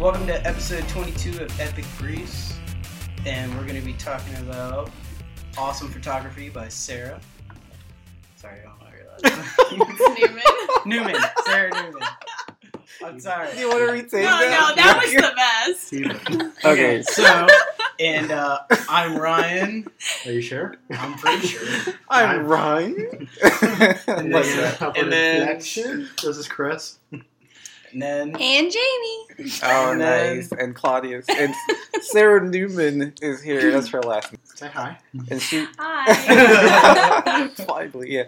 Welcome to episode 22 of Epic Briefs, and we're going to be talking about awesome photography by Sarah. Sorry, I don't realize. Newman. Newman, Sarah Newman. I'm sorry. Do you want to No, retain no, that? that was the best. okay. so and uh, I'm Ryan. Are you sure? I'm pretty sure. I'm Ryan. And Like then, that. uh, And then- reflection. this is Chris. And then And Jamie. oh, And then- nice. And Claudius and Sarah Newman is here. That's her last name. Say hi. And she Hi. Politely, yeah.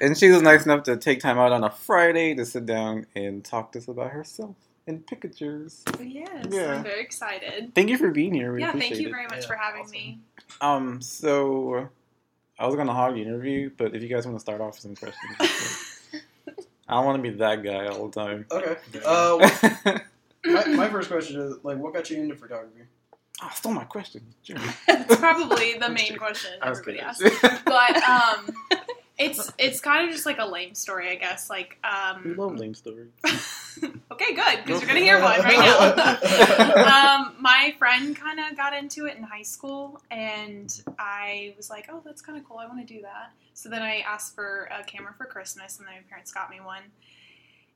And she was nice enough to take time out on a Friday to sit down and talk to us about herself and pictures. yes, Yeah. I'm very excited. Thank you for being here. We yeah, appreciate thank you it. very much Yeah, for having awesome. me. Um, so I was gonna hog the interview, but if you guys want to start off with some questions, I don't want to be that guy all the time. okay. Uh, what- my, my first question is like, what got you into photography? I stole my question. Jerry. It's probably the main question I was everybody kidding. asks. But um, it's it's kind of just like a lame story, I guess. Like we um, love lame stories. okay, good Go because you're gonna hear one right now. um, my friend kind of got into it in high school, and I was like, "Oh, that's kind of cool. I want to do that." So then I asked for a camera for Christmas, and then my parents got me one,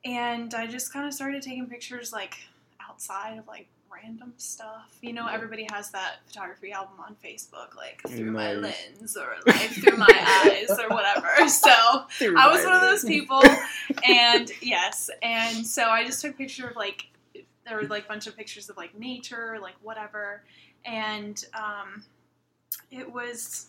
and I just kind of started taking pictures like outside of like random stuff. You know, everybody has that photography album on Facebook, like through my Nice. lens or like through my eyes or whatever. So I was one of those people, and yes, and so I just took picture of like there were like a bunch of pictures of like nature, like whatever, and um, it was.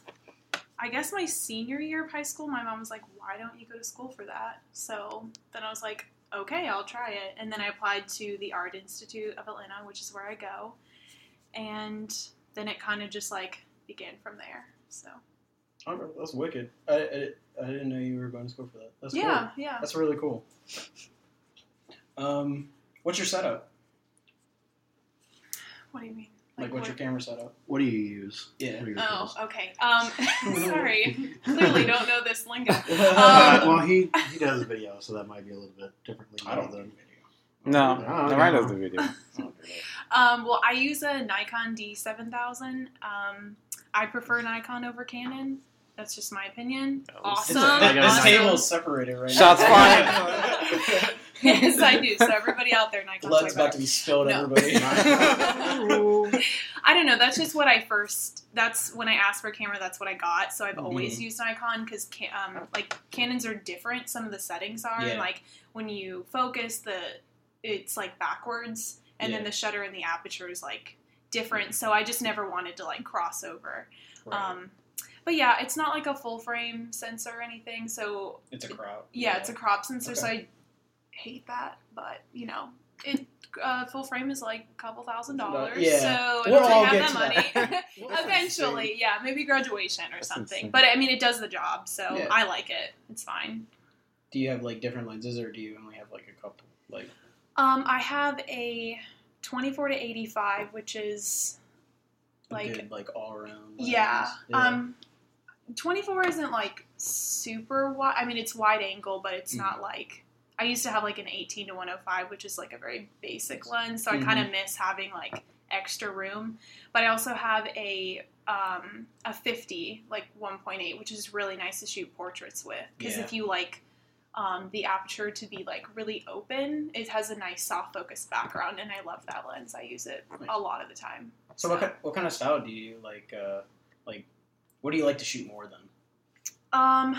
I guess my senior year of high school, my mom was like, "Why don't you go to school for that?" So then I was like, "Okay, I'll try it." And then I applied to the Art Institute of Atlanta, which is where I go, and then it kind of just like began from there. So Okay, that's wicked. I, I, I didn't know you were going to school for that. That's cool. yeah, yeah. That's really cool. Um, what's your setup? What do you mean? Like, what's your camera setup? What do you use? Yeah. What are your Oh, tools? okay. Um, sorry. Clearly don't know this lingo. Uh, Um, well, he he does video, so that might be a little bit differently. I don't do than video. No, No, no, Ryan no. does the video. I don't do that. Um, well, I use a Nikon D7000. Um, I prefer Nikon over Canon. That's just my opinion. Oh, Awesome. This, I got this Nikon. table's separated right Shots now. fired. yes, I do. So everybody out there, Nikon's my Blood's about to better. be spilled, No. everybody. I don't know. That's just what I first. That's when I asked for a camera. That's what I got. So I've always Mm-hmm. used Nikon because um, like Canons are different. Some of the settings are Yeah. and like when you focus, the it's like backwards, and then Yeah. the shutter and the aperture is like different. So I just never wanted to like cross over. Um, but yeah, it's not like a full frame sensor or anything. So it's a crowd. yeah, it's a crop sensor, so Okay. I hate that. But you know, it uh, full frame is like a couple thousand dollars. Yeah. So We'll I all don't get have to that that. money. Eventually, yeah, maybe graduation or That's something. insane. But I mean, it does the job, so Yeah. I like it. It's fine. Do you have like different lenses, or do you only have like a couple? Like Um, I have a twenty-four to eighty-five, which is a like good, like all around. Yeah. lens? Um, 24 isn't like super wide. I mean, it's wide angle, but it's not Mm-hmm. like. I used to have like an 18 to 105, which is like a very basic lens. So Mm-hmm. I kind of miss having like extra room. But I also have a um, a 50, like 1.8, which is really nice to shoot portraits with. Because Yeah. if you like um, the aperture to be like really open, it has a nice soft focus background. And I love that lens. I use it a lot of the time. So what kind, what kind of style do you like? Uh, like, what do you like to shoot more than? Um,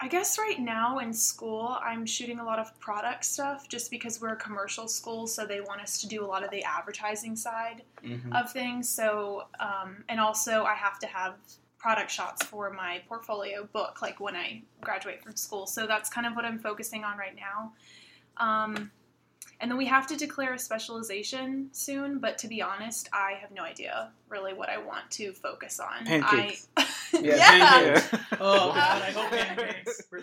I guess right now in school, I'm shooting a lot of product stuff just because we're a commercial school, so they want us to do a lot of the advertising side Mm-hmm. of things. So, um, and also I have to have product shots for my portfolio book, like when I graduate from school. So that's kind of what I'm focusing on right now. Um, and then we have to declare a specialization soon, but to be honest, I have no idea really what I want to focus on. Pancakes. I, Yeah, yeah. Oh Uh, God, I hope pancakes. Um,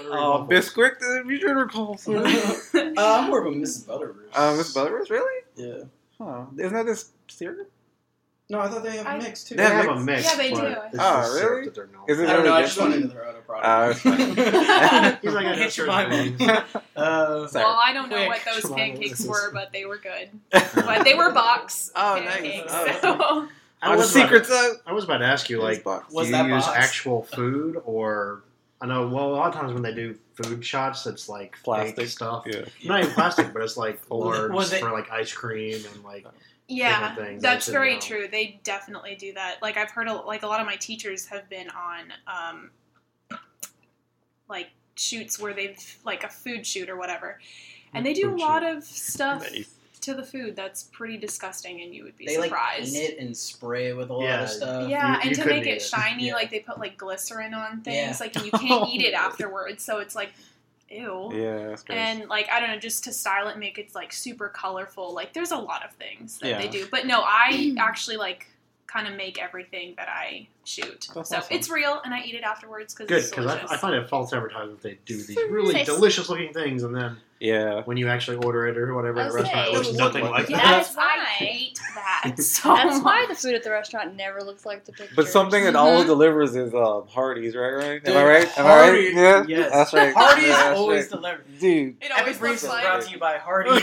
Oh, Bisquick, the future recalls. Uh, uh, I'm more of a Mrs. Butterworth. Miss Butterworth, really? Yeah. Huh? Isn't that this cereal? No, I thought they have a I- mix too. They They have have a mix. mix. Yeah, they but do. It's Ah, Oh, just really? syrup that they're not. Is I it don't really know. I just went into different? the other Oh, product. it's fine. He's like, I Hit your got mind syrup. uh, Sorry. Well, I don't know Quick. what those Come on, pancakes what is were, but they were good. But they were box Oh, nice. pancakes. Oh, so. I Our was about- secrets out. I was about to ask you, like, Box. Was do that you use box? actual food or? I know. Well, a lot of times when they do food shots, it's like plastic Plastic. stuff. Yeah. Not even plastic, but it's like Was it- boards was it- for like ice cream and like. Yeah, Different things, that's I should very know. true. They definitely do that. Like I've heard, a, like a lot of my teachers have been on, um, like shoots where they've like a food shoot or whatever, and they do a Food lot of stuff Nice. to the food that's pretty disgusting, and you would be they like surprised. paint it and spray it with a lot Yeah. of stuff. yeah, you- and you to couldn't make eat it it. shiny, Yeah. like they put like glycerin on things, Yeah. like and you can't eat it afterwards. So it's like, ew. Yeah, that's great. And like I don't know, just to style it, and make it like super colorful. Like there's a lot of things that they Yeah. do, but no, I actually like kind of make everything that I shoot. That's so awesome. it's real, and I eat it afterwards because Good, it's because I, delicious. I find it false advertising if they do these It's really nice. delicious looking things, and then yeah. when you actually order it or whatever I at the was restaurant, it saying- looks nothing like Yeah. that. That's why. I hate that. So That's why much. the food at the restaurant never looks like the picture. But something that Mhm. always delivers is um, Hardee's, right? Right? Am I Dude, right? Am I right? Hardee's- Yeah. yes. That's right. Hardee's Yeah, that's always right. delivers. Dude. it Epic always Briefs looks is like brought to you by Hardee's. we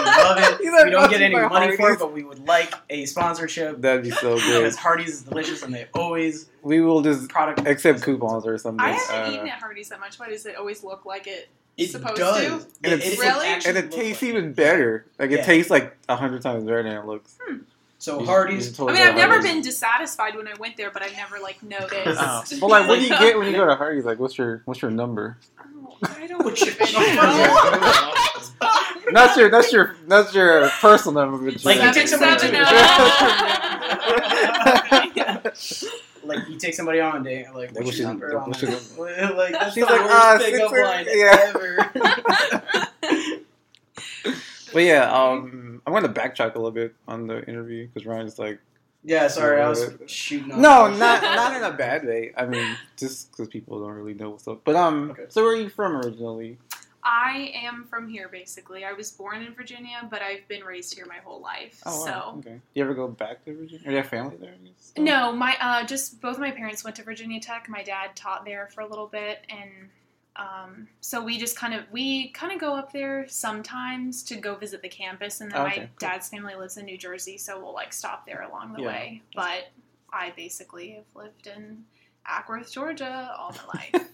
love it. He's like, We don't get any "Fuck you, money for Hardee's." it, but we would like a sponsorship That'd be so good. because Hardee's is delicious and they always We will just product. accept coupons or something. I haven't Uh, eaten at Hardee's that much. Why does it always look like it? It Supposed does. to? Yeah, And it it's- does Really? actually And it look tastes like even it. better. Like it Yeah. tastes like a hundred times better than it looks. Mm-hmm. So You- Hardee's. you I totally mean, I've got never Hardee's. been dissatisfied when I went there, but I've never like noticed. Oh. Well, like, what do you get when you go to Hardee's? Like, what's your what's your number? Oh, I don't Which- know. That's your that's your that's your personal number. but Like, you're you take somebody Seven, to Yeah. seven, like you take somebody on a date, like Like, what's your what's your- number? on what's that? like that's She's the like, worst "Ah, pickup six or- line yeah." ever. But yeah, um, I'm going to backtrack a little bit on the interview because Ryan's like, yeah, sorry, I was shooting. off. no, not not in a bad way. I mean, just because people don't really know what's up. But um, Okay. so where are you from originally? I am from here, basically. I was born in Virginia, but I've been raised here my whole life. Oh, so. wow. okay. You ever go back to Virginia? Or you have family there? and stuff? No, my uh, just both my parents went to Virginia Tech. My dad taught there for a little bit, and um, so we just kind of we kind of go up there sometimes to go visit the campus. And then Okay, my cool. dad's family lives in New Jersey, so we'll like stop there along the Yeah. way. But I basically have lived in Ackworth, Georgia, all my life.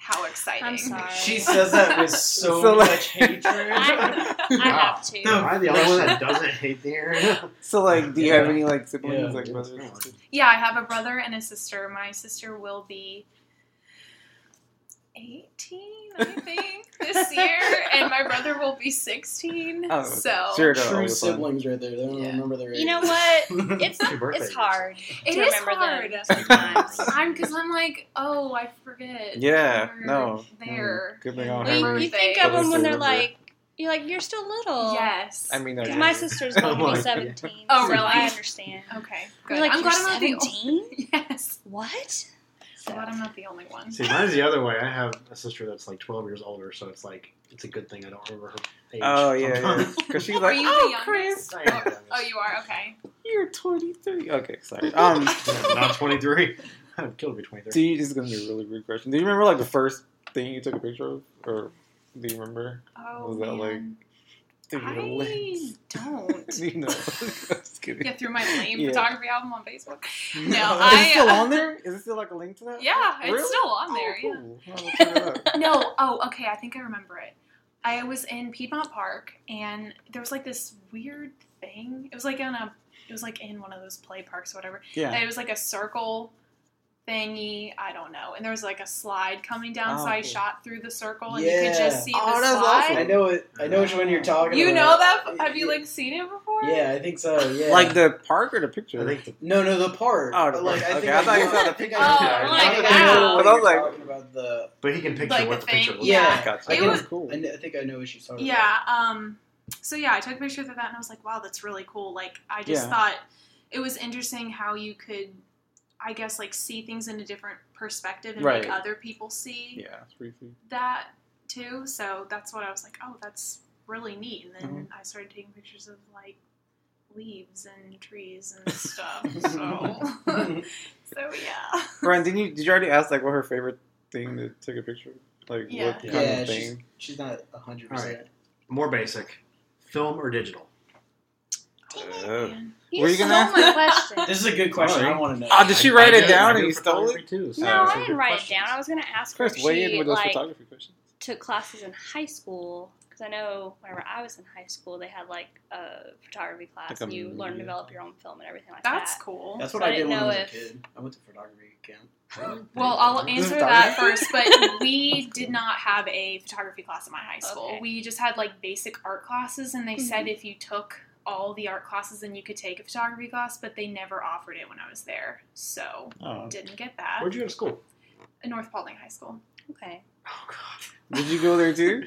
How exciting! I'm sorry. She says that with so, So, like- much hatred. I have to. No. Am I the only one that doesn't hate the area? So like, do you have any like siblings? Yeah. like brothers? Yeah. Yeah, I have a brother and a sister. My sister will be 18, I think, this year, and my brother will be 16. Oh, okay. so Sure. They're True always fun. siblings right there. They don't Yeah. remember their You know ages. what? It's Happy birthday. it's hard. it to is remember hard. them sometimes. I'm because I'm like, oh, I forget. Yeah, We're no. There. Mm, good thing And I Well, you, remember. you think But of I them when still they're remember. like, you're like, you're still little. Yes. I mean, they're 'Cause just- My sister's Oh going to my be 17. Oh, so really? I understand. okay. Good. You're like, I'm glad "You're I'm not the only. 17? Yes. What? I'm glad I'm not the only one. See, mine's the other way. I have a sister that's like 12 years older, so it's like it's a good thing I don't remember her age. Oh yeah, sometimes. because she's Are like, you oh, the youngest? Chris, I am youngest. Oh, you are okay. you're 23. Okay, sorry. Um, Yeah, not 23. I would kill to be 23. do you this is gonna be a really weird question? Do you remember like the first thing you took a picture of, or do you remember? Oh, Was that, like, man. Dude, you're I don't. you know, I'm just kidding. get through my lame Yeah. photography album on Facebook. No, is it I- uh, still on there? Is it still like a link to that? Yeah, it's Really? still on there. Oh, cool. I'll look it up. yeah. No, oh, okay, I think I remember it. I was in Piedmont Park and there was like this weird thing. It was like on a it was like in one of those play parks or whatever. yeah. And it was like a circle thingy, I don't know. And there was like a slide coming down, so Oh, I cool. shot through the circle and you could just Yeah. see Oh, the that's slide. I know it. I know which one you're talking. You know about. that? Have you like seen it before? Yeah, I think so. Yeah. Like the park or the picture? I think the No, no, the part. Oh, the like part. I think Okay, I thought you know- said the I think picture. I know- Oh, I like, think I know wow. what But I was you're like- talking about the. But he can picture Like what the the picture thing- looks yeah. like. Gotcha. I It think was- it's cool. I, kn- I think I know what she's talking Yeah. Um. So yeah, I took a picture of that, and I was like, "Wow, that's really cool." Like, I just Yeah. thought it was interesting how you could, I guess, like see things in a different perspective and Right. make other people see yeah, it's pretty cool. that too. Mm-hmm. So that's what I was like, "Oh, that's really neat." And then I started taking pictures of like leaves and trees and stuff. So, so yeah. Brian, didn't you? Did you already ask like what her favorite thing to take a picture? of? Like Yeah. what kind Yeah, of she's, thing? she's not hundred All percent. More basic, film or digital? Dang it, Oh. man. You Were you stole gonna- my question. This is a good question. I Sorry. want to know. Oh, did she write I it did. down and I did you for stole photography it? Too, so No, it's I a didn't good write question. it down. I was gonna ask her if First, weigh in she with those like photography questions. took classes in high school because I know whenever I was in high school they had like a photography class Like a and you learn to media- develop your own film and everything like That's that. cool. That's what So I I did didn't when I know was a if- kid. I went to photography camp. Well, I'll This is answer that photography? first, but we did not have a photography class at my high school. Okay. We just had like basic art classes, and they said if you took all the art classes, then you could take a photography class, but they never offered it when I was there. So, Oh. didn't get that. Where'd you go to school? At North Paulding High School. Okay. Oh God. Did you go there too?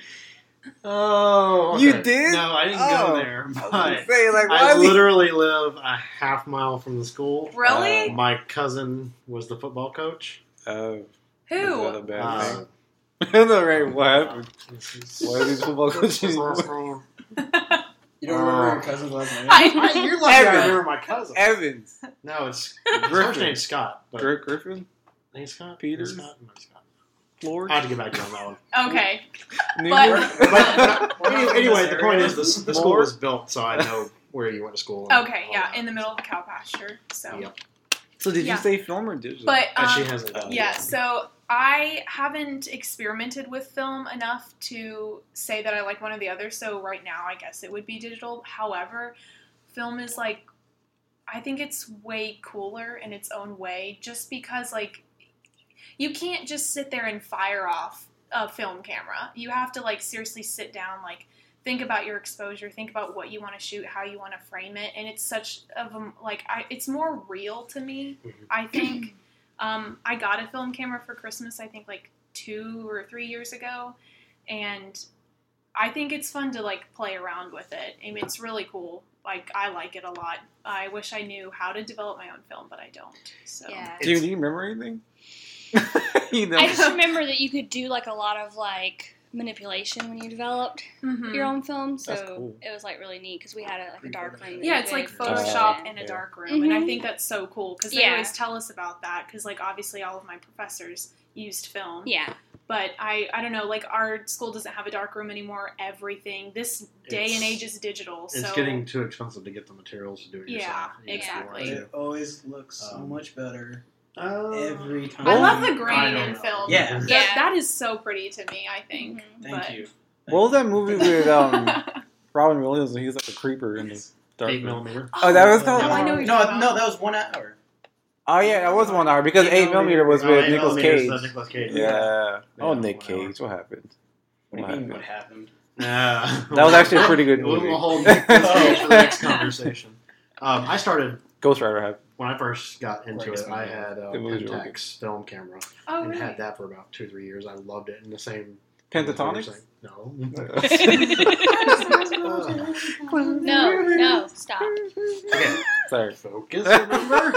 Oh, You okay. did? No, I didn't Oh. go there. I was But gonna say like why I would- literally live a half mile from the school. Really? Uh, My cousin was the football coach. Oh, Who? Is that a bad Uh, thing? the right what happened? this is- Why are these football what's his coaches? last name? You don't remember Oh. your cousin's last name? I- You're lucky I Evan. remember my cousin. Evans, No, it's his first Griffin. name's Scott. But Gr- Griffin, name Scott. Peters. Scott. No, Scott. Lord, I have to get back to you on that one. okay. New But- York. But- but- We're not from Anyway, anyway, this the point area. is, the, the school was built, so I know where you went to school. and Okay, all yeah, that. in the middle of a cow pasture. So, Oh, Yep. So did Yeah. you say film or digital? but um, And she has a Yeah, so I haven't experimented with film enough to say that I like one or the other. So right now, I guess it would be digital. However, film is like, I think it's way cooler in its own way just because, like, you can't just sit there and fire off a film camera. You have to, like, seriously sit down, like, think about your exposure think about what you want to shoot how you want to frame it and it's such of a like I, it's more real to me Mhm. i think um, i got a film camera for christmas i think like two or three years ago and i think it's fun to like play around with it and it's really cool like i like it a lot i wish i knew how to develop my own film but i don't so Yeah. Dude, do you remember anything? you know, I just remember that you could do like a lot of like manipulation when you developed Mhm. your own film, so That's cool. it was like really neat because we had a, like a dark room. that Yeah, you it's could- like That's Photoshop cool. in a Yeah. dark room, and I Mhm. think that's so cool because they Yeah. always tell us about that. Because like obviously all of my professors used film, Yeah, but I I don't know like our school doesn't have a dark room anymore. Everything this day and It's- age is digital, so It's getting too expensive to get the materials to do it yourself. Yeah, You have to exactly. But watch it. it always looks so Um, much better Um, every time. I love the I grain don't in know. film. Yeah. That- Yeah. that is so pretty to me. I think. Mhm. Thank but- you. what was that movie with um, Robin Williams when he was like a creeper in the dark Eight room? millimeter. Oh, that was called. Oh, I know what you're No, talking no, about. that was one hour. Oh yeah, that was one hour because eight millimeter was with Nicolas Cage. Nicholas Cage. Yeah. Oh, Yeah, Nick one hour. Cage. What happened? What do you mean? What happened? Nah. That was actually a pretty good We'll, movie. we'll hold Nicolas Cage for the next conversation. Um, I started Ghost Rider happened. when I first got into Right, it. I had a The movie's really Pentax film camera Oh, and really? had that for about two three years. I loved it. In the same Pentatonics. No. no, no, stop. okay. Sorry, Focus. Remember.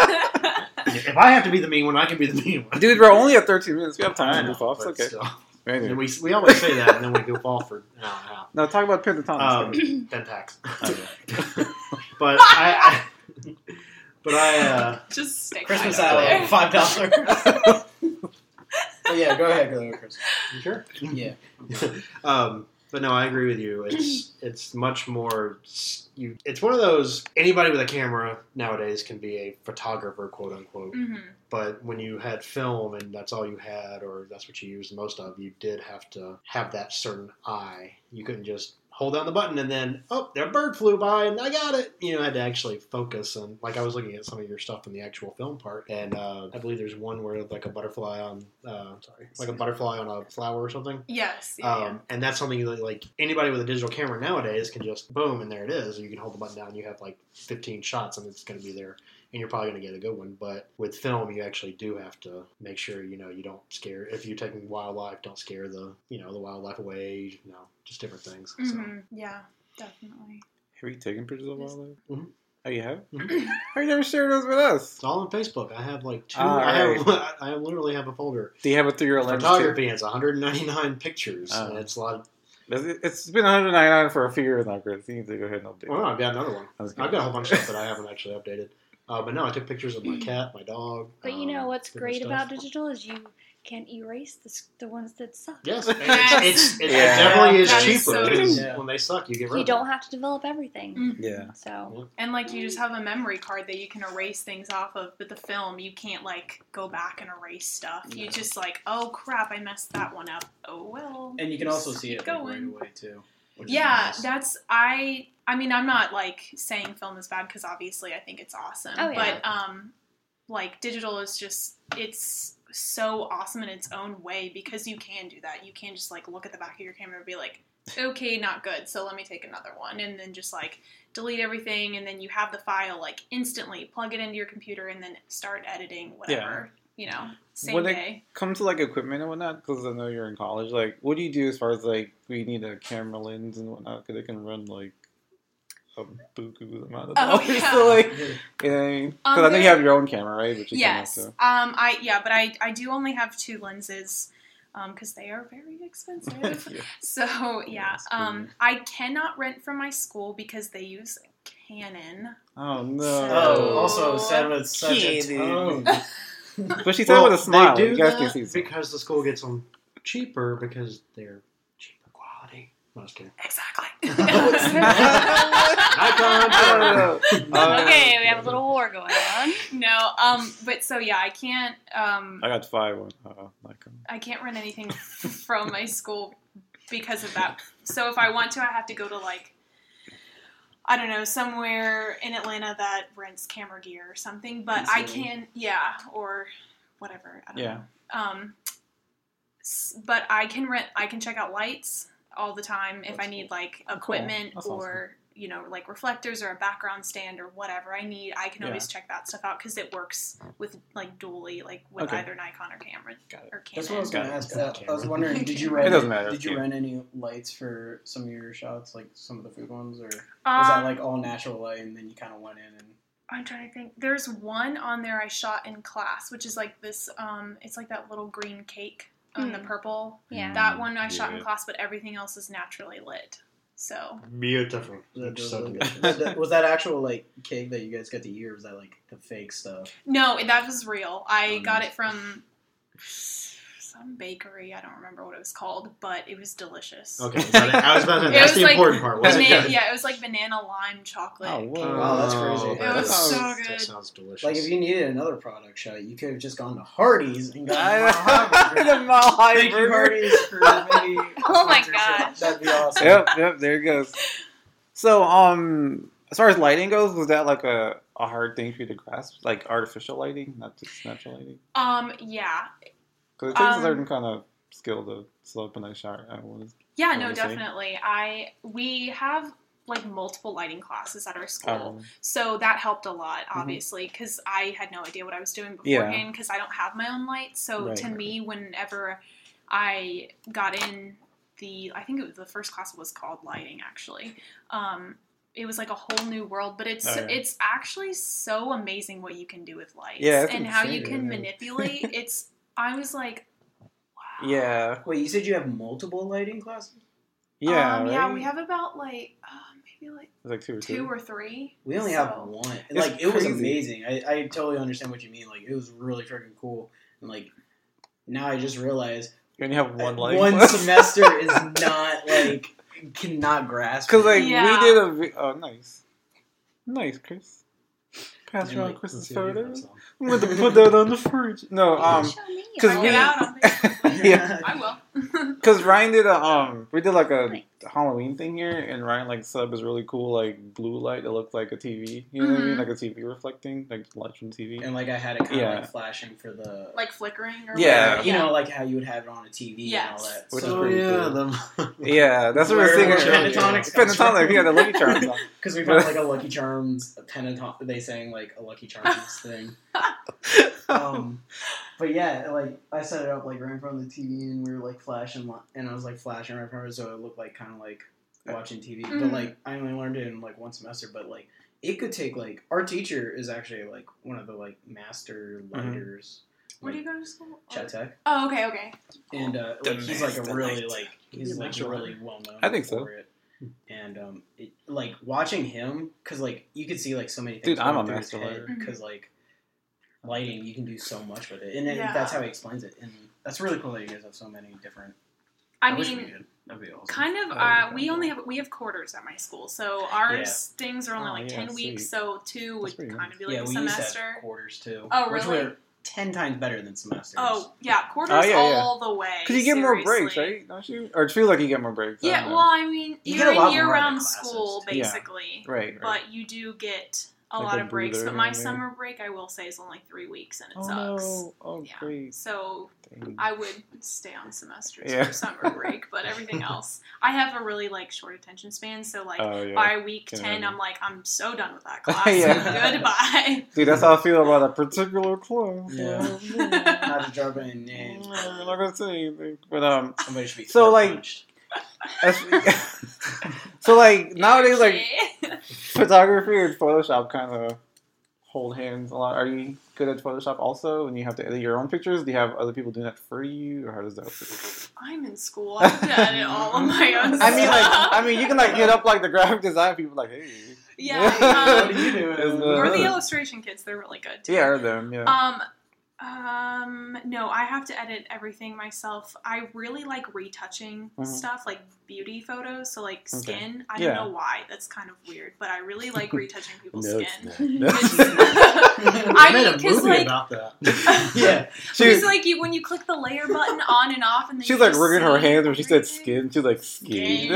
if I have to be the mean one, I can be the mean one. dude. We're only at 13 minutes. We have I time to know, goof off. It's but okay. still. And Anyway. we, we always say that, and then we goof off for an hour and a half. No, talk about pentatonics. Um, Pentax. Okay. but I, I- but I, uh, Just stick Christmas right over hour, salad. there. five dollars. oh yeah, go ahead, go ahead, Chris. you sure. Yeah. Um, but no, I agree with you. It's it's much more. s- You, it's one of those. Anybody with a camera nowadays can be a photographer, quote unquote. Mhm. But when you had film and that's all you had, or that's what you used the most of, you did have to have that certain eye. You couldn't just hold down the button and then, oh, that bird flew by and I got it. You know, I had to actually focus. And like I was looking at some of your stuff in the actual film part, and uh, I believe there's one where like a butterfly on, uh, sorry, like a butterfly on a flower or something. Yes. Yeah, yeah. Um, and that's something that like anybody with a digital camera nowadays can just boom and there it is. You can hold the button down. You have like 15 shots and it's going to be there, and you're probably going to get a good one. But with film, you actually do have to make sure you know you don't scare. If you're taking wildlife, don't scare the you know the wildlife away. You know, just different things. Mhm. Yeah. Definitely. have you taken pictures of wildlife? Mhm. Oh, you have? So Why you never shared those with us? it's all on Facebook. I have like two. All I have I literally have a folder Do you have it through your lens too? photography. and It's 199 pictures. Oh. and it's a lot. It's- It's been 199 for a few years now, Chris. You need to go ahead and update. Well, no, I've got another one. I was I've kidding. got a whole bunch of stuff that I haven't actually updated. Uh, but no, I took pictures of my cat, my dog. But Oh, you know um, what's different great stuff. about digital is you can erase the, s- the ones that suck. Yes, Yes. it's, it's, it Yeah. definitely is That cheaper. is so 'cause true. When they suck, you get rid You of them. don't have to develop everything. Yeah. So And like you just have a memory card that you can erase things off of, but the film you can't like go back and erase stuff. You No. just like, oh crap, I messed that one up. Oh well. And you can also see it like, right Going. away too. which is Yeah, nice. that's I. I mean, I'm not like saying film is bad because obviously I think it's awesome. Oh, yeah. But um, like digital is just it's so awesome in its own way because you can do that. You can just like look at the back of your camera and be like, okay, not good. So let me take another one, and then just like delete everything, and then you have the file like instantly. Plug it into your computer and then start editing whatever. You know, same When it- day. Come to like equipment and whatnot, because I know you're in college. Like, what do you do as far as like we need a camera lens and whatnot? Because it can run like a buku amount of Oh, dollars. yeah. So like, you know, because I there- think you have your own camera, right? Which you can yes. also- Um. I yeah, but I I do only have two lenses, um, because they are very expensive. Yeah. so yeah. that's Um. good. I cannot rent from my school because they use Canon. Oh Oh, no! also Sam such a Kitty. tone. but she said it with a smile. They do You guys that can see. Something. because the school gets them cheaper because they're cheaper quality. No, I was kidding. Exactly. Nikon. okay, we have a little war going on. no. Um. But so yeah, I can't. Um. I got five on uh, Nikon. I can't rent anything from my school because of that. So if I want to, I have to go to like I don't know somewhere in Atlanta that rents camera gear or something. But I Easily. can, yeah, or whatever. I don't Yeah. Know. Um, s- but I can rent. I can check out lights all the time if I That's need cool. like cool. equipment That's or. You know, like reflectors or a background stand or whatever I need, I can always check that stuff out because it works with like dually, like with Okay. either Nikon or camera Got it. or Canon. That's what I was going to Got it. ask. Uh, I was wondering, did you It rent? doesn't matter. Did you Yeah. rent any lights for some of your shots, like some of the food ones, or was Um, that like all natural light, and then you kind of went in and I'm trying to think. There's one on there I shot in class, which is like this. Um, it's like that little green cake on the Hmm. purple. Yeah. That one I shot in Yeah. class, but everything else is naturally lit. So Beautiful. That It's does so look- delicious. that- was that actual like cake that you guys got to eat, or was that like the fake stuff? no, that was real. I Oh, got nice. it from some bakery. I don't remember what it was called, but it was delicious. Okay, is that it? I was about to say, It that's was the like important part. Was it Bana- good? yeah, it was like banana lime chocolate. Oh, whoa. cake. Wow, that's crazy. Oh, It that was sounds- so good. That sounds delicious. Like if you needed another product shot, you could have just gone to Hardee's and I- gotten. the Mile High Thank you, Burger. Hardee's, for maybe. Oh my sponsorship. gosh. that'd be awesome. yep, yep. There it goes. So, um, as far as lighting goes, was that like a, a hard thing for you to grasp? Like artificial lighting, not just natural lighting? Um, yeah, Because it takes Um, a certain kind of skill to slow up a nice shot. I want to. yeah, What no, was I saying? definitely. I we have like multiple lighting classes at our school. Um, So that helped a lot, obviously, because I had no idea what I was doing Mm-hmm. Yeah. beforehand because I don't have my own light. So Right, to right, me, whenever I got in the, I think it was the first class was called lighting actually. Um, it was like a whole new world, but it's Oh, yeah. it's actually so amazing what you can do with lights Yeah, that's and how you insane, can yeah. manipulate. it's I was like, wow. yeah, Wait, you said you have multiple lighting classes? yeah, Um, yeah. right? We have about like uh, maybe like It's like two or three. two or three. We only So- have one. And, like it was crazy. amazing. I, I totally understand what you mean. Like it was really freaking cool. And like now I just realize you only have one uh, light. one semester is not like cannot grasp. Because it. like we Yeah. did a vi- oh nice, nice Chris. Pass And, like, around Chris's let's see if you soda. find some. I'm going to put that on the fridge. No, um, Show me. 'cause I Check we- it know. out on Facebook. yeah. I will. Because Ryan did a um, we did like a Right. Halloween thing here, and Ryan like set up this really cool like blue light that looked like a TV, you know what I mean, Mhm. like a TV reflecting, like light from TV. and like I had it kind of Yeah. like flashing for the like flickering or Yeah. whatever. you know like how you would have it on a TV and all Yes. that. Which is so, So pretty yeah, cool. them. yeah, that's what Where- we're where thinking. Pentatonics comes from. Pentatonic, yeah, the Lucky Charms. Because we found like a Lucky Charms pentaton. They sang like a Lucky Charms thing. Um, but yeah, like I set it up like right in front of the TV, and we were like flashing, li- and I was like flashing right in front of it, so it looked like kind of like watching TV. But Mhm. like I only learned it in like one semester, but like it could take like our teacher is actually like one of the like master lighters. Where do you go to school? Chat Tech, Oh, okay, okay. and uh, like, he's like a Domestic. really like he's Yeah, like Maxwell. really well known. I think so. for it. And um, it, like watching him, cause like you could see like so many things. Dude, I'm going a through his master head, lighter. Cause like lighting, you can do so much with it, and then Yeah. that's how he explains it. And that's really cool that you guys have so many different. I, wish we mean, did. That'd be awesome. kind of. Oh, Uh, okay. we only have we have quarters at my school, so our Yeah. things are only Oh, like yeah, ten sweet. weeks. So two That's would pretty kind nice. of be like yeah, a we used to have semester. quarters too. Oh, which really? were ten times better than semesters. Oh yeah, quarters yeah, yeah. all the way. Because you get more breaks, seriously. right? Don't you? Or it feels like you get more breaks. I Yeah, don't know. well, I mean, Uh-huh. You you're get a lot in more out of year-round classes, school too. Yeah. basically, right, right. but you do get a Like lot a of breaks. breather, But my maybe. summer break, I will say, is only three weeks, and it oh sucks. no! Oh Yeah. great! So Dang. I would stay on semesters Yeah. for summer break, but everything else, I have a really like short attention span. So like Oh yeah, by week Can ten, imagine. I'm like I'm so done with that class. Yeah. Goodbye. dude, that's how I feel about that particular club. Yeah. Yeah. Mm, Not to drop any I'm names. not gonna say anything, but um, Somebody should be So, like- punched. as- so like nowadays, like Yeah. photography and Photoshop kind of hold hands a lot. Are you good at Photoshop also? When you have to edit your own pictures, do you have other people doing that for you, or how does that? work? I'm in school. I have to edit all of my own. I mean, like, stuff. I mean, you can like hit up like the graphic design people, like, hey, yeah. what Um, are you doing? Is the- or the illustration kids, they're really good too. Uh. yeah, or them, yeah. Um, um, no, I have to edit everything myself. I really like retouching Mhm. stuff, like beauty photos. So like Okay. skin. I Yeah. don't know why. That's kind of weird, but I really like retouching people's No, skin. No. It's- I made a mean, 'cause, movie like- about that. yeah, she It's was, like you when you click the layer button on and off, and then she you was like just wringing her see hands when she said everything. skin. She was like skin.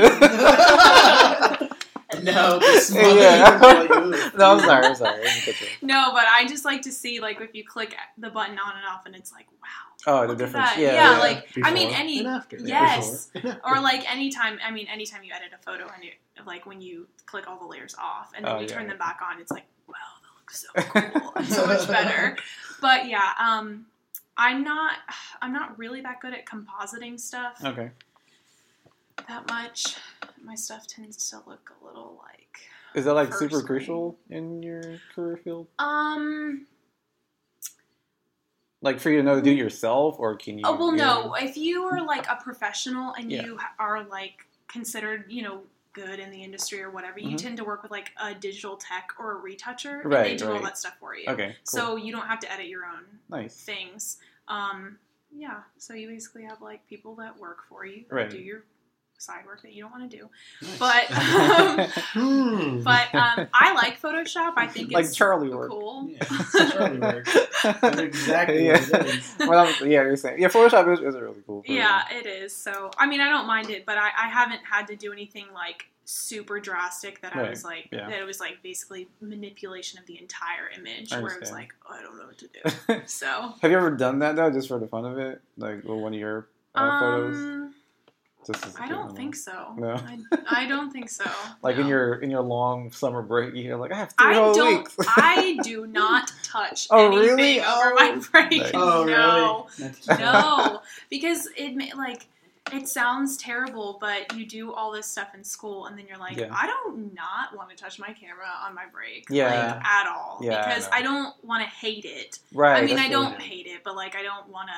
no, the smother Yeah. you can really- no, I'm sorry, I'm sorry. I didn't catch it. No, but I just like to see like if you click the button on and off, and it's like wow, Oh, the look at difference. that. Yeah, yeah, yeah. like I mean, Before any and after. yes. Before and or like anytime i mean anytime you edit a photo and you like when you click all the layers off and then Oh, you yeah, turn yeah. them back on it's like wow that looks so cool and so much better but yeah um i'm not i'm not really that good at compositing stuff okay. that much my stuff tends to look a little like Is that like super First crucial in your career field? um Like for you to know to do it yourself, or can you? Mm-hmm. oh well yeah. no if you are like a professional and Yeah. you are like considered you know good in the industry or whatever you Mhm. tend to work with like a digital tech or a retoucher and they Right, do all right. that stuff for you Okay. Cool. so you don't have to edit your own nice. things. Um, yeah, so you basically have like people that work for you who Right. do your side work that you don't want to do. Nice. But um, Hmm. but um, I like Photoshop. I think like it's Charlie work. cool. Yeah, that's really weird. That's exactly yeah. what it is. well, I'm- yeah, you're saying yeah. Photoshop is, is a really cool. program. Yeah, it is. So I mean, I don't mind it, but I, I haven't had to do anything like super drastic that I Right, was like yeah. that it was like basically manipulation of the entire image I where it was understand. like oh, I don't know what to do. So Have you ever done that though, just for the fun of it, like with one of your uh, photos? um, Just as a I kid, don't think so. No. I, I don't think so. Like in no. your in your long summer break, you're like, I have three I whole don't. weeks. I do not touch Oh, anything really? over Oh. my break. Nice. Oh, no, That's- no, because it ma- like it sounds terrible, but you do all this stuff in school, and then you're like, Yeah. I don't not want to touch my camera on my break, Yeah. like, at all, Yeah, I because know. I, don't want to hate it. right. I mean, that's I don't really- hate it, but like I don't want to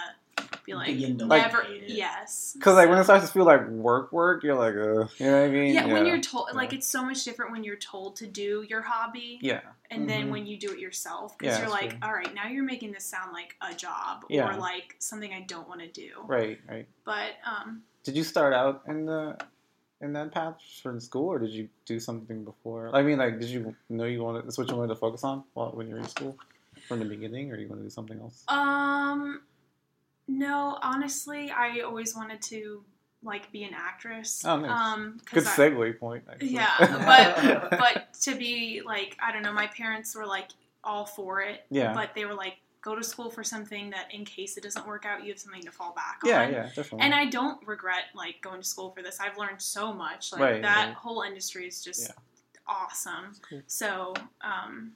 be like Begin to Like- never. hate it. yes, Cause like when it starts to feel like work, work, you're like, uh, you know what I mean? yeah, when you're told, Yeah. like, it's so much different when you're told to do your hobby, yeah, and then Mhm. when you do it yourself because Yeah, you're that's true. like all right now you're making this sound like a job Yeah. or like something i don't want to do right, right. but um Did you start out in the in that path from school, or did you do something before? I mean, like, did you know you wanted that's what you wanted to focus on while, when you were in school from the beginning, or you want to do something else? um no honestly i always wanted to like be an actress Oh, nice. um Good 'cause I- segue point. Actually. yeah but but to be like i don't know my parents were like all for it Yeah. but they were like go to school for something that in case it doesn't work out you have something to fall back yeah, on yeah, definitely. and I don't regret like going to school for this. I've learned so much. Like Right, that right. whole industry is just Yeah. awesome. cool. So, um,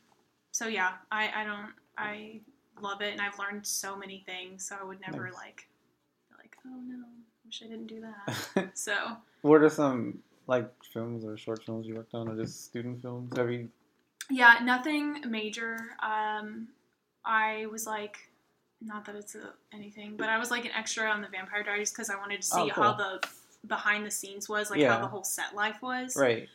so yeah, I, I don't I love it, and I've learned so many things. So I would never Nice. like be like oh no, wish I didn't do that. so What are some like films or short films you worked on, or just student films? Have you? yeah, nothing major. Um, I was like not that it's a, anything, but I was like an extra on the Vampire Diaries because I wanted to Oh, see cool. how the behind the scenes was, like Yeah. how the whole set life was. Right.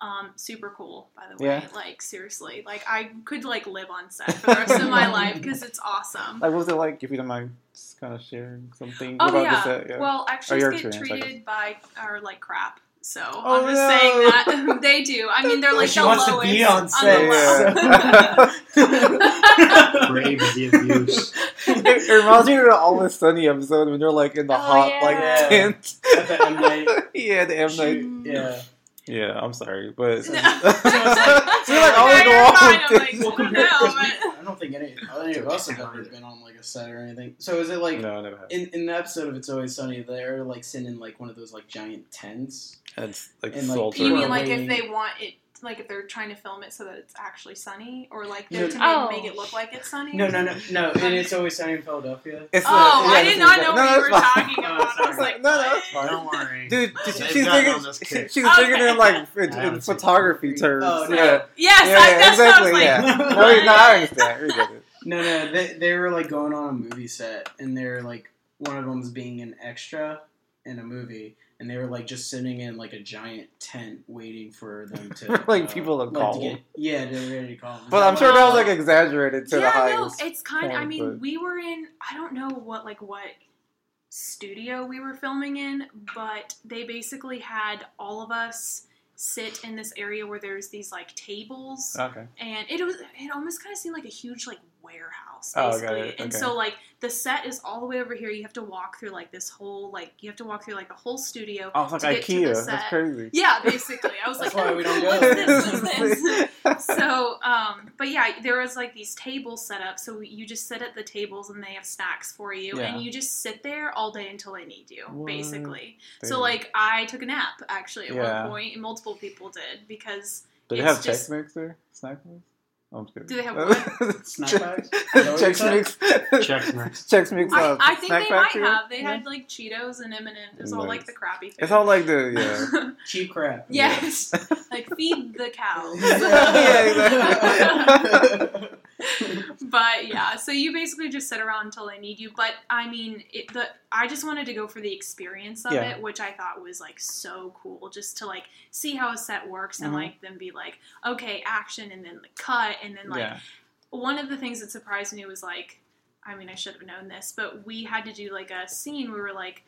Um, super cool, by the way. Yeah. Like seriously, like I could like live on set for the rest of my life because it's awesome. Like, what was it like, if you don't mind just kind of sharing something Oh about yeah. the set? Yeah. Well, actors your get experience, I guess. treated by are like crap. So Oh, I'm just saying that they do. I mean, they're like she the wants to lowest be on set. the low. Brave the abuse. it reminds me of the Always Sunny episode when they're like in the Oh, hot yeah. like tent. At the end, like, yeah, the M night. yeah. Yeah, I'm sorry, but So you're like, I'll Yeah, go you're on fine. with I'm it. Well, like, compared, no, 'cause but- we, I don't think any, any of us have ever been on like a set or anything. So is it like no, never happened. in, in the episode of It's Always Sunny, they're like sitting in like one of those like giant tents? It's like And, like, salty. You mean like Probably- if they want it, like if they're trying to film it so that it's actually sunny, or like No. they're to Oh. make, make it look like it's sunny? No, no, no, no. And It's Always Sunny in Philadelphia. It's Oh, yeah, I it's did like not that. know No, what no, you it's were fine. talking about. I was like, No, no, what? it's Don't worry. Dude, she- They've she's gotten thinking, on this she, kick. she was thinking in like in, I in haven't seen photography it. terms. Oh, no. yeah, Yes, yeah, I, that's what I exactly. was like. yeah, like- no, you- no, I understand. We get it. No, no, they, they were like going on a movie set, and they're like one of them's being an extra in a movie, and they were like just sitting in like a giant tent waiting for them to Like, uh, people to like, call get- them. yeah, they're ready to call. Them. But I'm sure that was like exaggerated to the yeah, no, highest. it's kind. of I point, mean, but- we were in. I don't know what like what studio we were filming in, but they basically had all of us sit in this area where there's these like tables Okay. and it was it almost kind of seemed like a huge like warehouse Oh, got basically it. and Okay. so like the set is all the way over here you have to walk through like this whole like you have to walk through like the whole studio Oh, it's To like get to the IKEA. That's set. crazy. yeah basically i was That's like why we don't go what's there. this what's this so um but yeah there was like these tables set up so you just sit at the tables and they have snacks for you Yeah. and you just sit there all day until they need you What? basically Dude. so like i took a nap actually at Yeah. one point and multiple people did because Do they It's have just- Chex Mix there? Snack Mix? Oh, I'm just kidding. Do they have what? Snack Che- bags? Is Chex that Mix. Check next. Chex Mix. I, uh, I think snack they factory? might have. They Yeah. had like Cheetos and M and M's. It was all Nice. like the crappy. Food. It's all like the yeah. cheap crap. yes, like feed the cows. Yeah, exactly. but yeah, so you basically just sit around until they need you. But I mean, it, the I just wanted to go for the experience of Yeah. it, which I thought was like so cool, just to like see how a set works and Mhm. like then be like, okay, action, and then the cut, and then like yeah. one of the things that surprised me was like, I mean, I should have known this, but we had to do like a scene where we were like,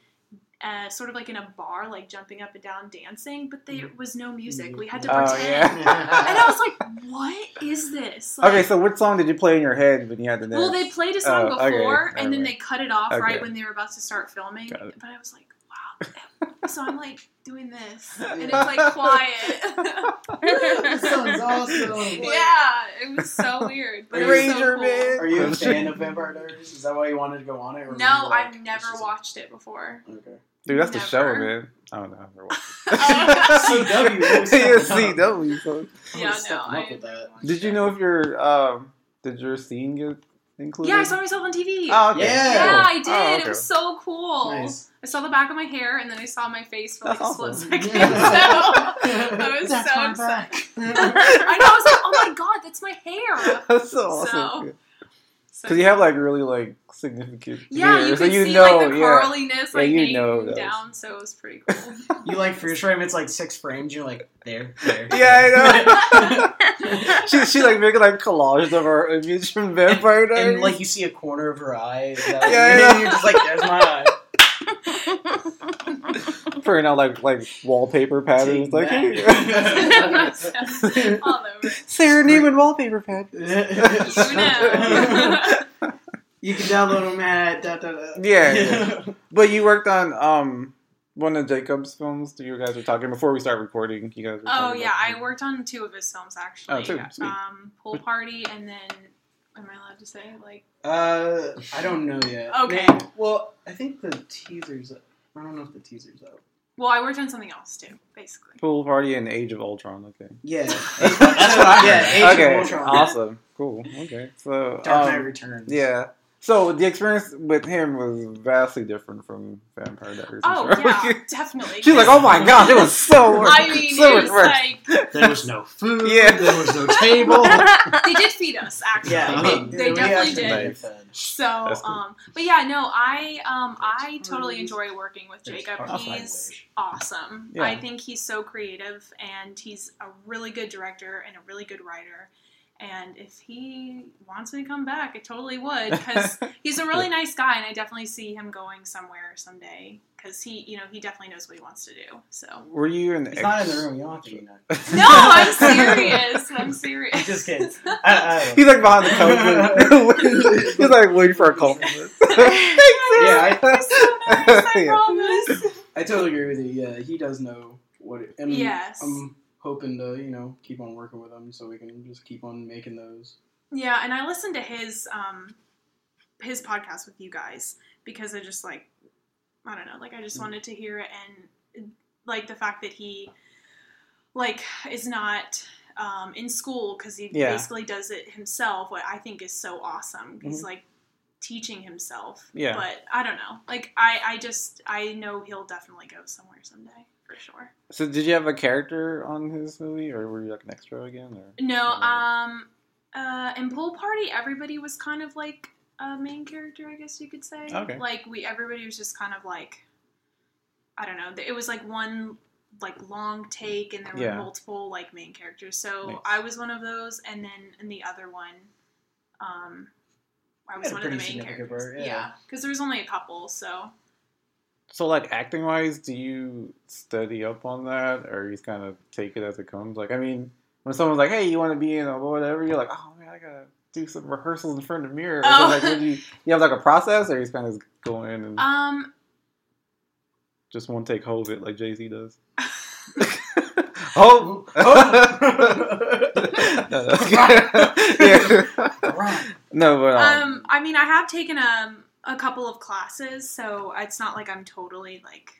uh, sort of like in a bar, like jumping up and down dancing, but there was no music. We had to Mm-hmm. Oh, pretend. yeah. And I was like, what is this? Like, Okay, so what song did you play in your head when you had the dance? well, they played a song Oh, okay. before, and then Alright. they cut it off right Okay. when they were about to start filming. Got it. But I was like, wow. so I'm like doing this, and it's like quiet. This sounds awesome. Like, yeah, it was so weird. But it was so Ranger cool. Man. Are you a fan of Vampire Diaries? Is that why you wanted to go on it? or were No, you, like, I've never this is- watched it before. Okay. Dude, that's the show, Never. Oh. man. I don't know. I've never watched CW, what was yeah, that about? CW. So. I'm Yeah, gonna step them no. up I, with that. Did you know if your um did your scene get included? Yeah, I saw myself on TV. Oh, okay. Yeah. yeah, I did. Oh, okay. It was so cool. Nice. I saw the back of my hair, and then I saw my face for like That's a split awesome. second. Yeah. So I was That's so my excited. back. I know. I was like, oh my god, that's my hair. That's so awesome. So- So, Because you have like really like significant. yeah, you ears, could so you see know, like the yeah. curliness, Yeah, like you hanging know those. down. So it was pretty cool. you like freeze frame, it's like six frames, you're like, there, there. Yeah, I know. she she like making like collages of her image from Vampire Diaries. And like you see a corner of her eye. Is that Yeah, I yeah, know. You're just like, there's my eye. printing out like like wallpaper patterns. Take Like that. All over. Sarah Neiman wallpaper pad. You know. You can download them at da, da, da. Yeah, yeah. But you worked on um one of Jacob's films. that You guys were talking before we start recording. You guys. Were Oh talking yeah, about- I worked on two of his films actually. Oh, two. Sweet. Um, Pool Party and then am I allowed to say like Uh, I don't know yet. Okay. Maybe- well, I think the teaser's. I don't know if the teaser's out. well, I worked on something else too, basically. Pool Party and Age of Ultron. Okay. Yeah, That's what I heard. Age okay. of Ultron. Awesome. Cool. Okay. So. Dark Knight um, Returns. yeah. So the experience with him was vastly different from Vampire Diaries. I'm Oh sure. yeah, definitely. She's like, oh my god, it was so. I mean, so it much was work." like There was no food. Yeah. There was no table. they did feed us actually. Yeah, they, we- they we definitely actually did. did. fed. So, That's cool. um, but yeah, no, I um, I totally Mm. enjoy working with Jacob. That's my He's wish. awesome. Yeah. I think he's so creative, and he's a really good director and a really good writer. And if he wants me to come back, I totally would because he's a really nice guy, and I definitely see him going somewhere someday because he, you know, he definitely knows what he wants to do. So, Were you in? He's not in the room. You don't have to be nice. no, I'm serious. I'm serious. Just kidding. I, I He's like behind the counter. He's like "Ah!" waiting for a compliment. Yeah, You're so nice, I Yeah. promise. I totally agree with you. Yeah, he does know what. It, and Yes. I'm hoping to you know keep on working with him so we can just keep on making those. Yeah, and I listened to his um his podcast with you guys because I just like I don't know, like I Mm. just wanted to hear it and like the fact that he like is not um, in school because he Yeah. basically does it himself. What I think is so awesome, he's like teaching himself. Mm-hmm. Yeah. but I don't know. Like I, I just I know he'll definitely go somewhere someday for sure. So did you have a character on his movie, or were you like an extra again? Or No, Or- um, uh, in pool party, everybody was kind of like a main character, I guess you could say. Okay. Like we, everybody was just kind of like, I don't know. It was like one like long take, and there were Yeah. multiple like main characters. So Nice. I was one of those, and then in the other one, um, I was Had a one of pretty the main significant characters. part, yeah. yeah, because there was only a couple, so. So like acting wise, do you study up on that, or you just kind of take it as it comes? Like I mean, when someone's like, "Hey, you want to be in a whatever," you're like, "Oh man, I gotta do some rehearsals in front of the mirror." So, Oh. like, Uh, what do you, you have like a process, or you just kind of go in Hmm. and Um, just one take hold of it, like Jay Z does. oh, no, no. Yeah. Right. no, but um, um, I mean, I have taken um a couple of classes, so it's not like I'm totally like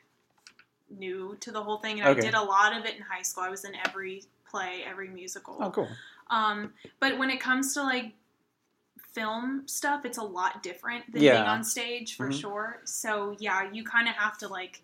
new to the whole thing. And Okay. I did a lot of it in high school. I was in every play, every musical. oh, cool. Um, but when it comes to like film stuff, it's a lot different than being Yeah. on stage for Mhm. sure. So yeah, you kind of have to like.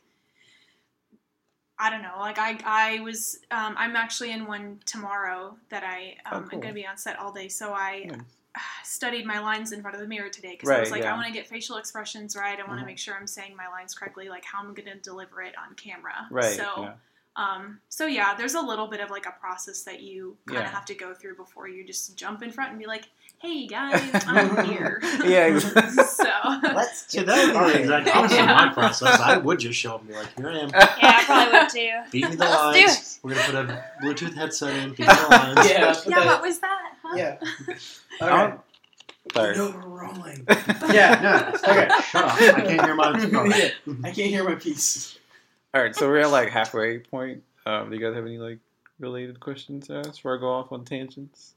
I don't know. Like I, I was. Um, I'm actually in one tomorrow that I Oh, um, cool. am going to be on set all day. So I Nice. studied my lines in front of the mirror today because I Right, was like, yeah. I want to get facial expressions right. I want to Mhm. make sure I'm saying my lines correctly. Like how I'm going to deliver it on camera. Right. So yeah. um, so yeah, there's a little bit of like a process that you kind of Yeah. have to go through before you just jump in front and be like, "Hey guys, I'm here." yeah, exactly. so yeah, Let's See, that would be the exact opposite of my process. I would just show up and be like, here I am. Yeah, I probably would too. Beat me the Let's do lines. We're going to put a Bluetooth headset in. Beat me the lines. Yeah. what was that? Huh? Yeah. All right. Um, Sorry. No rolling. Yeah. No, okay, shut up. I can't hear my. yeah. I can't hear my piece. All right, so we're at like halfway point. Um, do you guys have any like related questions to ask before I go off on tangents?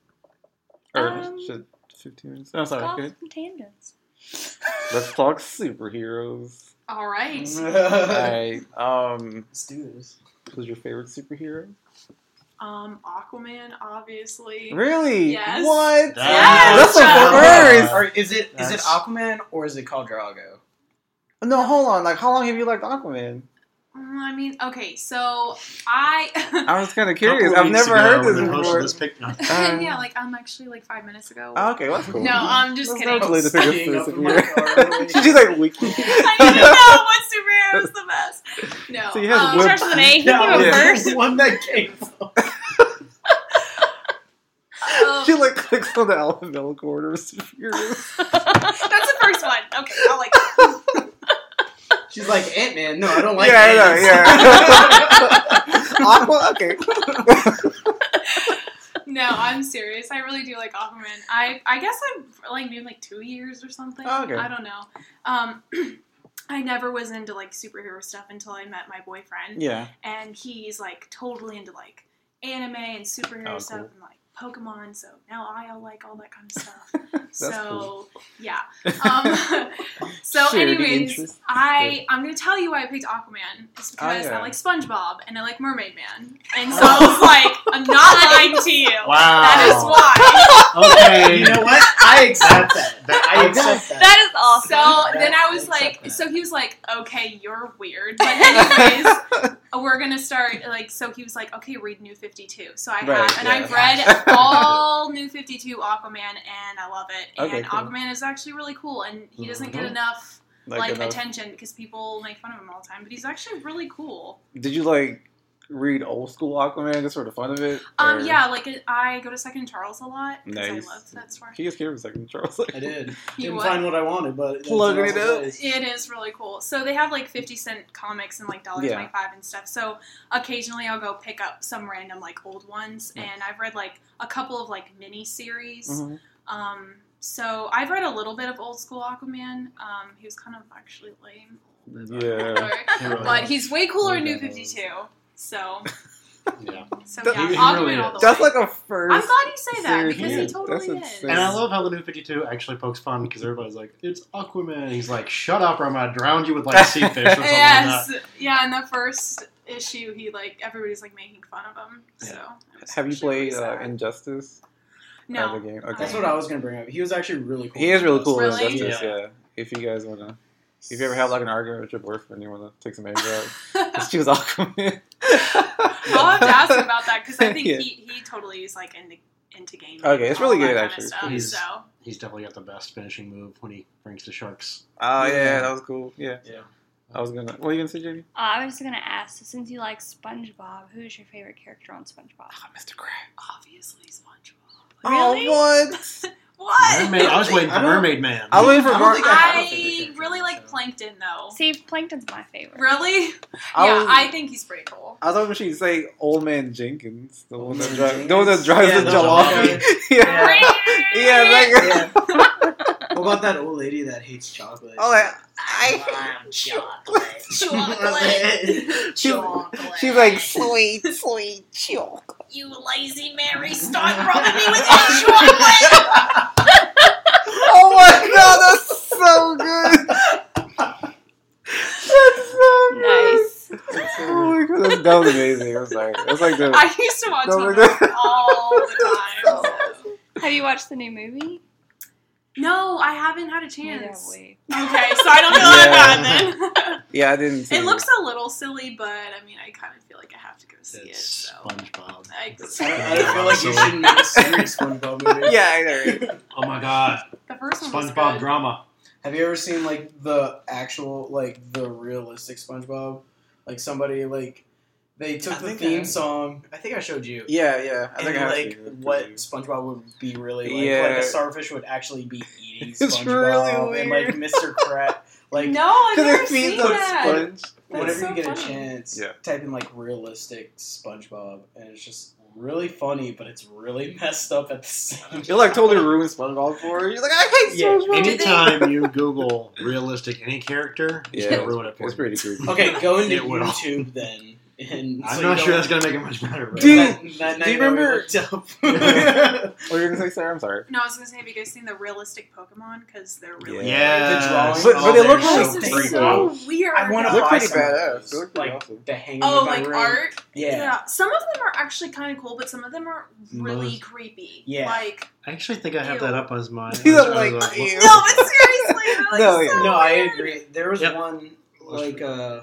Or Um, should fifteen minutes? No, sorry. Go off go ahead. on tangents. Let's talk superheroes. All right. All Let's right. Um, do this. who's your favorite superhero? Um, Aquaman, obviously. Really? Yes. What? Yes, That's a Or is it is it That's- Aquaman or is it called Drago? first. No, hold on. Like, how long have you liked Aquaman? Mm, I mean, okay, so I. I was kind of curious. I've never heard this before. This pic- no. Um, yeah, like I'm actually like five minutes ago. Oh, okay, well, that's cool. no, I'm just That's kidding. not related to Staying your up in my superhero. car. She's like wiki. I need to know what superhero is the best. No. So you had um, Whip- Starts with an A. He Yeah, can go Yeah. first. one that came. um, she like clicks on the alphabetical order of superheroes. That's the first one. Okay, I'll like. that. She's like Ant Man. No, I don't like. yeah, I know, ants." yeah. Aqua, okay. No, I'm serious. I really do like Aquaman. I I guess I'm like maybe like two years or something. Oh, okay. I don't know. Um, I never was into like superhero stuff until I met my boyfriend, Yeah. and he's like totally into like anime and superhero Oh, stuff cool. and like Pokemon. So now I like all that kind of stuff. so cool. yeah. Um, so, Shared anyways, interest. I I'm gonna tell you why I picked Aquaman. It's because Oh, yeah. I like SpongeBob and I like Mermaid Man, and so I was like, I'm not lying to you. Wow. That is why. Okay. You know what? I accept that. That I accept that. That is awesome. So That- then I was accept like, that. so he was like, okay, you're weird, but anyways, uh, we're gonna start like. So he was like, okay, read New Fifty Two. So I Right, have, and I've yeah. read all New Fifty Two Aquaman, and I love it. Okay, and cool. Aquaman is actually really cool, and he doesn't get Mhm. enough like, enough- attention because people make fun of him all the time. But he's actually really cool. Did you like read old school Aquaman just for the fun of it? Or- Um, yeah, like I go to Second Charles a lot because Nice. I love that store. He just gave a second Charles. Like, I did. You Didn't what? find what I wanted, but that's Plugging what it I up. was- It is really cool. So they have like fifty cent comics and like dollar Yeah. twenty five and stuff. So occasionally I'll go pick up some random like old ones, Yeah. and I've read like a couple of like mini series. Mhm. Um, so I've read a little bit of old school Aquaman. Um, he was kind of actually lame, mm-hmm. Yeah. but he's way cooler in New Yeah. Fifty Two. So, Yeah. so That- yeah, He Aquaman really all the is. That's way. like a first. I'm glad you say that serious because Yeah, he hit. totally That's is. insane. And I love how the new 52 actually pokes fun because everybody's like, it's Aquaman. He's like, shut up or I'm going to drown you with like sea fish or something Yes, yeah. In the first issue, he like everybody's like making fun of him. So it was Have you actually really played uh, sad. Injustice? no, As a game? Okay. That's what I was gonna bring up. He was actually really cool. He is really cool Really? in Injustice. Yeah. If you guys wanna, if you ever have like an argument with your boyfriend, you wanna take some anger out, just choose Aquaman. I'll have to ask him about that because I think Yeah. he, he totally is like into into gaming. Okay, it's and all really that good, kinda actually. stuff, He's- so He's definitely got the best finishing move when he brings the sharks. Oh yeah, Yeah. that was cool. Yeah, Yeah. I was gonna. What are you gonna say, Jamie? Uh, I was gonna ask, so since you like SpongeBob, who is your favorite character on SpongeBob? Mr. Crab. obviously SpongeBob. Really? Oh, what? What? Mermaid, I was waiting I for don't- Mermaid Man. I waited for I don't Mar- think I have a favorite I character, really like so. Plankton though. See, Plankton's my favorite. Really? I yeah, was, I think he's pretty cool. I was hoping she'd say Old Man Jenkins, the one that Man drives, the one Jenkins? that drives Yeah, the the jalopy. yeah, Yeah. yeah, that guy. Yeah. what about that old lady that hates chocolate? Oh, like, I. I'm chocolate. She's, she's like sweet, sweet chocolate. You lazy Mary, stop rubbing me with that chocolate! Oh my god, that's so good. That's so good. Nice. Oh my god, that's, that was amazing. I'm sorry. That's like the. I used to watch No, one of we're those all the time. so. Have you watched the new movie? No, I haven't had a Neither chance. have we. Okay, so I don't feel that bad yeah, I didn't. See then. it looks a little silly, but I mean, I kind of feel like I have to go see it. It's So. SpongeBob. I- I don't, I don't feel like you shouldn't make a serious SpongeBob movie. Yeah, I know. right? Oh my god. The first one was SpongeBob good. drama. Have you ever seen like the actual, like the realistic SpongeBob? Like somebody like they took I the think theme I- song. I think I showed you. Yeah, yeah. I and think I have like to. what SpongeBob would be really like. Like Yeah. a starfish would actually be eating It's SpongeBob really and like weird. Mr. Crab. Like no, I've Because never it feeds seen on that. sponge. That's whenever so you get a funny. chance, Yeah. type in like realistic SpongeBob, and it's just really funny, but it's really messed up at the same. It like totally ruins SpongeBob for her. You're like, I hate Yeah, SpongeBob. Anytime you Google realistic any character, it's Yeah, going to ruin it for It's you. pretty creepy. Okay, go into It will. YouTube then. And I'm so not you sure don't- that's going to make it much better. but- Dude, that- that do night that we you remember- looked up. Yeah. What are you Oh, gonna say, Sarah? I'm sorry. No, I was gonna say, have you guys seen the realistic Pokemon? Because they're really Yeah. The drawings. But- but they they're look Those so are freaky. freaked out. so weird. I want They to look buy pretty some of badass. those, They look pretty like awesome. the hanging. Oh, in my like room. art. Yeah. Some of them are actually kind of cool, but some of them are really Most- creepy. Yeah. Like I actually think I have Ew. that up as my. You don't as like- a- Ew. no, but seriously, they're like No, no, yeah. No, I agree. There was Yep. one like uh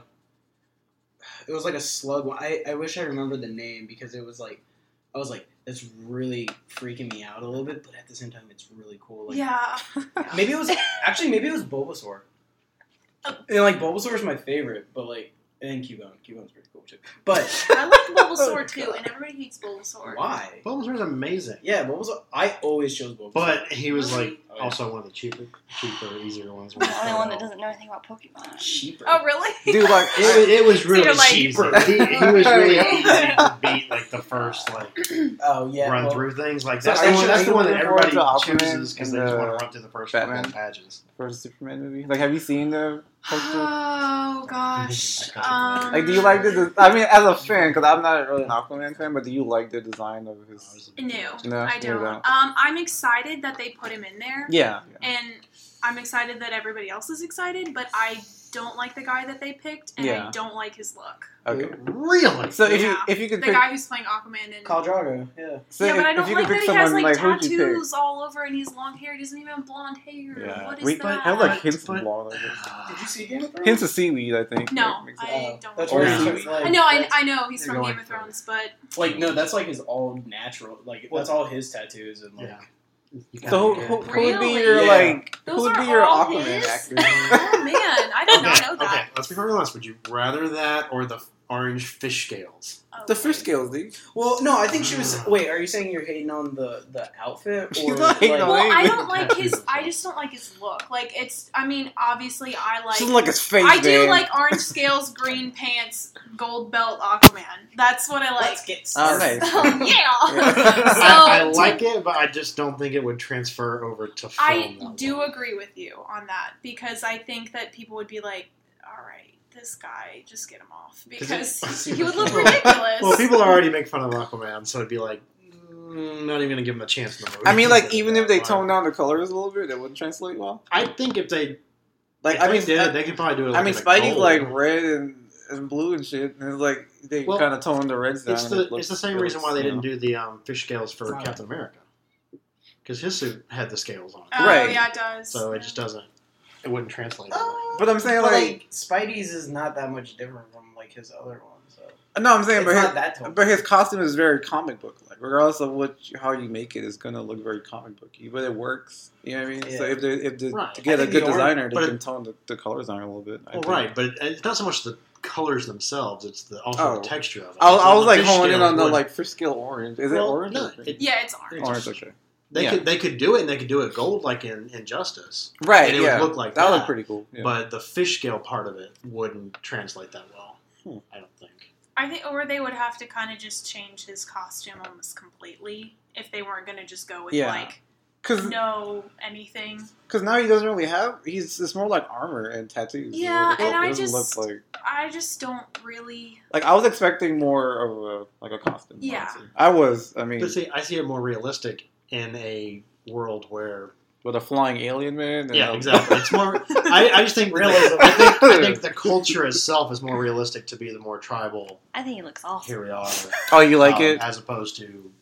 it was like a slug one. I, I wish I remembered the name because it was like I was like, that's really freaking me out a little bit, but at the same time it's really cool. Like Yeah, maybe it was actually maybe it was Bulbasaur. Oh. And like Bulbasaur is my favorite, but like and Cubone. Cubone's pretty cool too. But I like Bulbasaur Oh, too, God. and everybody hates Bulbasaur. why? Bulbasaar's amazing. Yeah, Bulbasaur I always chose Bulbasaur. But he was Really? like Oh, yeah. also one of the cheaper, cheaper, easier ones. I'm the only one that doesn't know anything about Pokemon. cheaper. Oh, really? Dude, like It was, it was really you're like- cheaper. He, he was really easy to beat, like the first like Oh, yeah. run well, through things. Like So that's are the you- one. That's are the you one that looking forward everybody to Aquaman chooses because they and, just want uh, to run through the first Batman? couple of pages. for the Superman movie. Like, have you seen the poster? Oh gosh. Um, Like, do you like the? De- I mean, as a fan, because I'm not really an Aquaman fan, but do you like the design of his? No, No, I you don't. don't. Um, I'm excited that they put him in there, Yeah. and I'm excited that everybody else is excited, but I don't like the guy that they picked, and Yeah. I don't like his look. Okay. Really? So if you Yeah. if you The could pick, guy who's playing Aquaman and Khal Drago, yeah. so yeah, if, but I if don't you like could pick that he someone has like, who'd you pick? tattoos all over and he's long hair. He doesn't even have blonde hair. Yeah, What is we that? have like But- hints of but- law. like, Did you see Game of Thrones? Hints of seaweed, I think. No, Makes I- it- Oh, don't that's know. where he Yeah. starts, like, I know, I, I know he's You're from going Game of for it. Thrones, but like no, that's like his all natural. Like that's all his tattoos and like. Yeah. so who, who, who would be Really? your Yeah. like? Those who would are be your all Aquaman his? actor? oh man, I did not Okay, know okay. that. Let's be perfectly honest. Would you rather that or the f- orange fish scales? Oh, the fish scales, dude. Well, no, I think she was. Wait, are you saying you're hating on the the outfit? She's Or, not hating like, on Well, I Maybe. don't like his. I just don't like his look. Like it's. I mean, obviously, I like. She look his face. I do man. like orange scales, green pants, gold belt, Aquaman. That's what I like. Let's get Oh, started. nice. So, yeah. I, I So, like it, but I just don't think it would transfer over to film. I that do well. agree with you on that because I think that people would be like, all right, this guy, just get him off because Because he would look Well, ridiculous. Well, people already make fun of Aquaman, so it'd be like, mm, not even gonna give him a chance. In the movie. I mean, like even if they Why? tone down the colors a little bit, it wouldn't translate well. I think if they, Like if I they mean, did I- it, they could probably do it. I mean, in a Spidey's gold. like red and, and blue and shit, and it's like they Well, kind of toned the reds down. It's and it the looks- it's the same it reason looks, why they you didn't know. do the um, fish scales for Wow. Captain America, because his suit had the scales on, it. Oh, Right. yeah, it does. so it just doesn't. It wouldn't translate. Oh, But I'm saying, But, like- Spidey's is not that much different from like his other ones. So. No, I'm saying, it's not but that his, totally. but his costume is very comic book like. Regardless of what how you make it, it's gonna look very comic booky, but it works. You know what I mean? So Yeah. if they if they, Right. to get I a think good the or- designer, but they it- can tone the, the colors down a little bit. I Well, think. right, but it, it's not so much the colors themselves; it's the also Oh. the texture of it. I, was- So I was the like fish honing in scales on the would- like fish scale orange. Is Well, it orange? no, or green? it- yeah, it's orange. orange. Okay. They Yeah. could they could do it, and they could do it gold like in Injustice, Right. and it yeah. would look like that that. looked pretty cool. Yeah. But the fish scale part of it wouldn't translate that well. Hmm. I don't think. I think, or they would have to kind of just change his costume almost completely if they weren't going to just go with Yeah. like Cause, no anything. Cause now he doesn't really have. He's it's more like armor and tattoos. Yeah, It doesn't and I look just- like I just don't really. Like I was expecting more of a like a costume. Yeah. honestly. I was. I mean, But see, I see it more realistic in a world where with a flying alien man. And yeah, a- exactly. It's more. I, I just think realism. I think, I think the culture itself is more realistic to be the more tribal. I think he looks awesome. Here we are. oh, you like um, it? as opposed to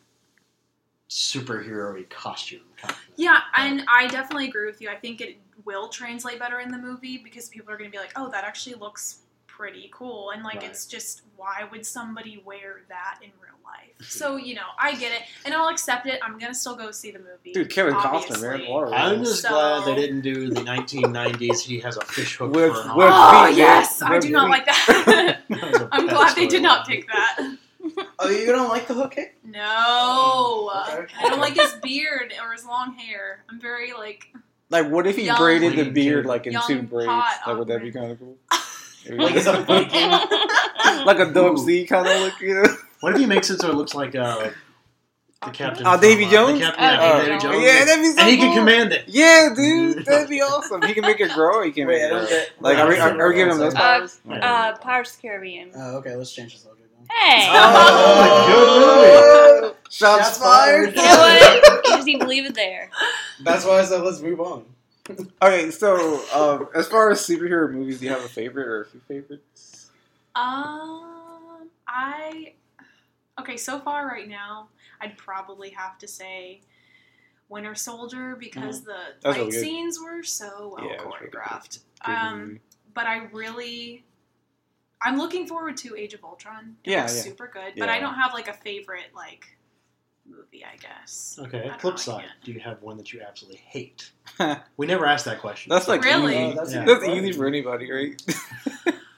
superhero costume. kind of thing. Yeah, and I definitely agree with you. I think it will translate better in the movie because people are going to be like, "Oh, that actually looks pretty cool," and like Right. it's just why would somebody wear that in real life? So you know, I get it, and I'll accept it. I'm going to still go see the movie. Dude, Kevin Costner, obviously. man, Waterworld. I'm just So- glad they didn't do the 1990s. He has a fish hook With- for an with- arm. Oh We're- yes, we're I do not being- like that. I'm glad they did not pick that. Oh, you don't like the hook? kick? No, Okay. I don't like his beard or his long hair. I'm very like like, what if he Young- braided the Young beard like in two hot braids? Like, would that be Aquaman. kind of cool? Like it's a Viking. like a dope Ooh. C kind of look, you know? What if he makes it so it looks like uh, the captain? Oh, from, Davy uh, Jones? The captain, Oh, yeah, Davy Oh, Davy Jones. Jones. yeah, that'd be so and he cool. can command it. Yeah, dude, that'd be awesome. He can make it grow. He can Wait, make I it don't grow. get. Like, are we, are, are we giving him those Uh, powers? Uh, Pirates of the Caribbean. Oh, okay, let's change the subject. Then. Hey! Oh, good movie. Shots, Shots fired. fired. You know what? You just need to leave it there. That's why I said let's move on. Okay, so um, as far as superhero movies, do you have a favorite or a few favorites? Um, I okay. So far, right now, I'd probably have to say Winter Soldier because the That's fight really good. scenes were so well Yeah, it was really good. choreographed. Good Um, movie. but I really, I'm looking forward to Age of Ultron. It Yeah, looks yeah. super good. But I Yeah. don't have like a favorite like movie. I guess. Okay, I flip like side. it. Do you have one that you absolutely hate? we never asked that question. That's like Really? easy. Oh, that's, Yeah. an That's easy easy one. for anybody, right?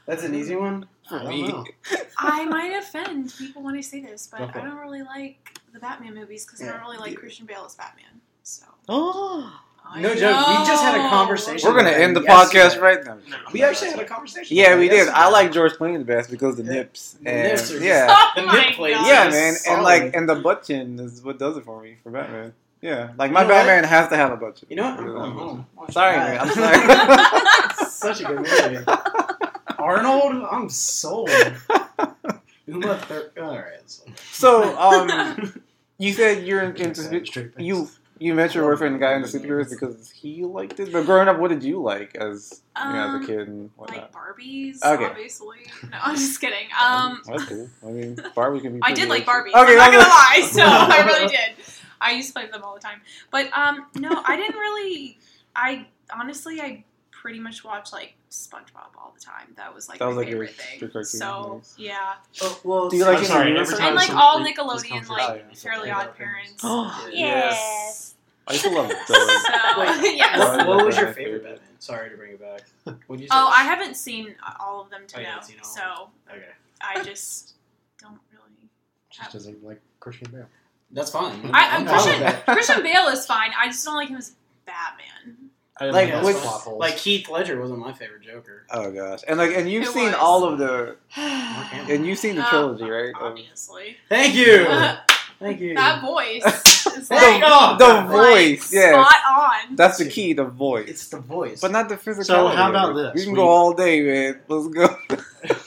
That's an easy one. I don't me. know. I might offend people when I say this, but Go for I it. don't really like the Batman movies because I Yeah. don't really like Yeah. Christian Bale as Batman. So. Oh, I No joke, we just had a know. conversation. We're gonna Yeah, end the yes, podcast yeah. right now. We actually had a conversation. Yeah, we about it did. I yesterday. like George Clooney the best because the Yeah. nips The and nips are yeah, Oh The my nip plates. God. yeah, just man, and solid. like and the butt chin is what does it for me for Batman. Yeah, like my You know what? Batman has to have a butt chin. You know what? I'm going home. Watch Sorry, that. man. I'm sorry. Such a good movie. Arnold, I'm sold. Uma Thur- All right. so- so, um, you said you're into Straight face. you You met your boyfriend, the guy in the superheroes, because he liked it. But growing up, what did you like as you know, as a Um, kid and like whatnot? Barbies, Okay. obviously. No, I'm just kidding. Um, that's cool. I mean, Barbie can be. I pretty did like awesome. Barbies. I'm not that gonna was- lie, so I really did. I used to play with them all the time, but um, no, I didn't really. I honestly, I pretty much watched like SpongeBob all the time. That was like That was, my like, your- favorite thing. your cartoon, so nice. yeah, Oh, well, Do you like I'm it? sorry, You every were time and like some- all like, this Nickelodeon, comes out, like yeah. Fairly Yeah. Odd Parents. So Oh, Yeah. Yes. I used to love those. Wait. yes. What, what was your Batman favorite favorite. Batman? Sorry to bring it back. What'd you say? Oh, I haven't seen all of them to Oh, you know, haven't seen all of so Okay, I just don't really. Just doesn't like Christian Bale. that's fine. I, I'm Mm, I'm fine with Christian, that. Christian Bale is fine. I just don't like him as Batman. I Like, didn't Yeah, know which- that's that. plot holes. Like Heath Ledger wasn't my favorite Joker. Oh gosh, and like, and you've It seen was. all of the, Mark Hamill. and you've seen the Um, trilogy, right? Of- Obviously, Thank you. that Thank you. voice is Thank like, God. the Like, voice, like, yes. spot on. That's the key, the voice. It's the voice. But not the physicality. So how about of it. this? We can We- go all day, man. Let's go.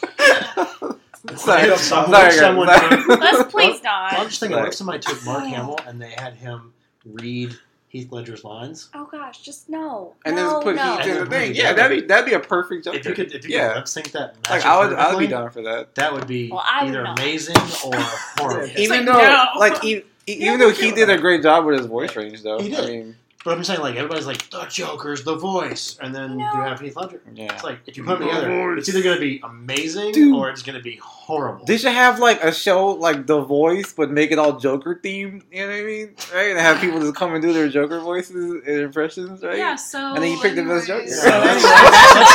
sorry, What if sorry, some- guys. someone- Let's sorry. please I'm not. just thinking, what if somebody took Mark Hamill and they had him read Heath Ledger's lines? Oh gosh, just no. and then no, put no. heat in the And thing. then- Yeah, that'd be that'd be a perfect joke. If you could, if you yeah, could lip sync that, like match I would, I would be perfectly, down for that. That would be Well, I would either not. amazing or horrible. It's Even like, though, no. like, e- e- Yeah, even though we he do. did a great job with his voice range, though. He I did. mean, But I'm saying, like, everybody's like, the Joker's the voice. And then No. you have Heath Ledger. yeah. It's like, if you put them together, it's either going to be amazing Dude. or it's going to be horrible. They should have like a show like The Voice, but make it all Joker themed. You know what I mean? Right? And have people just come and do their Joker voices and impressions, right? Yeah, so And then you picked the best joke. anyways- So that's-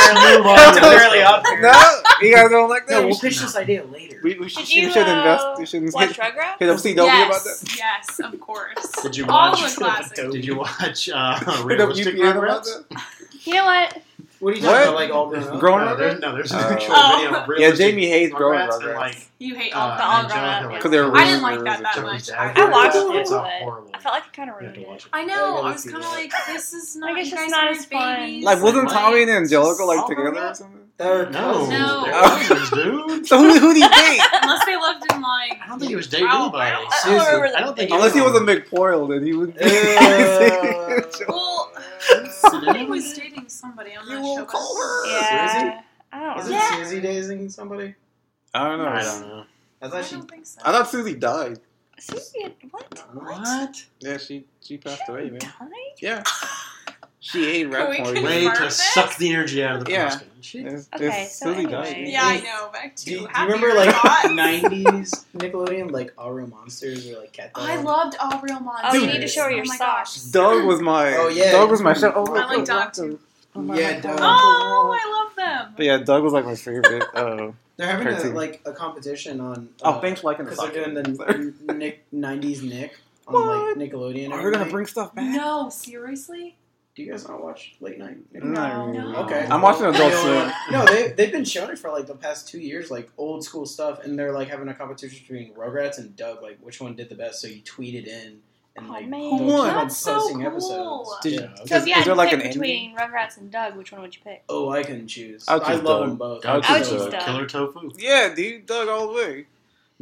let's move on Oh, That's to a this. fairly odd pair. No, you guys don't like that. No, we'll pitch this idea later. we, we, should, Did you we should uh, invest. We should watch hit, Rugrats? hit up CW about that. yes, yes, of course. Did you All watch- the classics. Did you watch uh, Hit up Realistic UPN about Rugrats? that. You know what? What are you What? talking about? Like all grown up? Grown- no, there's, no, there's an Oh. actual Oh. video of Yeah, Realistic Jamie hates growing Rugrats and, Rugrats. like, You hate all uh, the all grown Angelica, up. like, yeah. Because they're I ruining didn't like that the- that Jones much. Dagger. I watched It's it, all but horrible. I felt like it kind of You have ruined to watch it. it. I know. I was kind of like, this is not. Like, it's you just guys not are as fun. babies. Like, wasn't Like, Tommy and Angelica like all grown together or up? something? They're No, cousins. No. they're Oh. cousins, dude. So who, who do you date? Unless they lived in like. I don't think he was dating Wow. anybody. I don't remember I don't think that. Unless he was a anyone- McPoyle, then he would. Uh, Well, somebody was dating somebody on You that will show. but- call her. Yeah. I don't Is know. it Yeah. Susie dating somebody? I don't know. I don't know. I I thought she. don't think so. I thought Susie died. Susie, what? What? Yeah, she she She passed away, man. died? Yeah. She ate Can rat we poison. Way Confirm to this? suck the energy out of the Yeah. person. She- There's- Okay, there's so anyway. Yeah, I know. Back to Do you, do you happier remember like thoughts. '90s Nickelodeon, like All Real Monsters or like Cat? I Dog? loved All Real Monsters. Oh, you need to show her your oh my socks. gosh. Doug was my. Oh, yeah. Doug was my show. Oh, I look, like look, Doug, look. too. Oh, Yeah, my Doug. God. Oh, I love But them. yeah, Doug was like my favorite. Uh, They're having a, Cartoon. like a competition on. uh, oh, thanks for liking the Because they're soccer. doing Sorry. the Nick '90s Nick on What? like Nickelodeon. Are every we gonna night. bring stuff back? No, seriously? Do you guys not watch late night? No. No. Okay. I'm watching Adult Swim. No, they they've been showing it for like the past two years, like old school stuff, and they're like having a competition between Rugrats and Doug, like which one did the best. So you tweet it in, and Oh, like man. they'll keep What? on That's so posting cool. episodes. Did you- Yeah. So if Is- you is had there, to like, pick an between Rugrats and Doug, which one would you pick? Oh, I can choose. I'll I choose love Doug. them both. I'll choose Dog. Doug. Doug. Killer tofu. Yeah, dude, Doug all the way.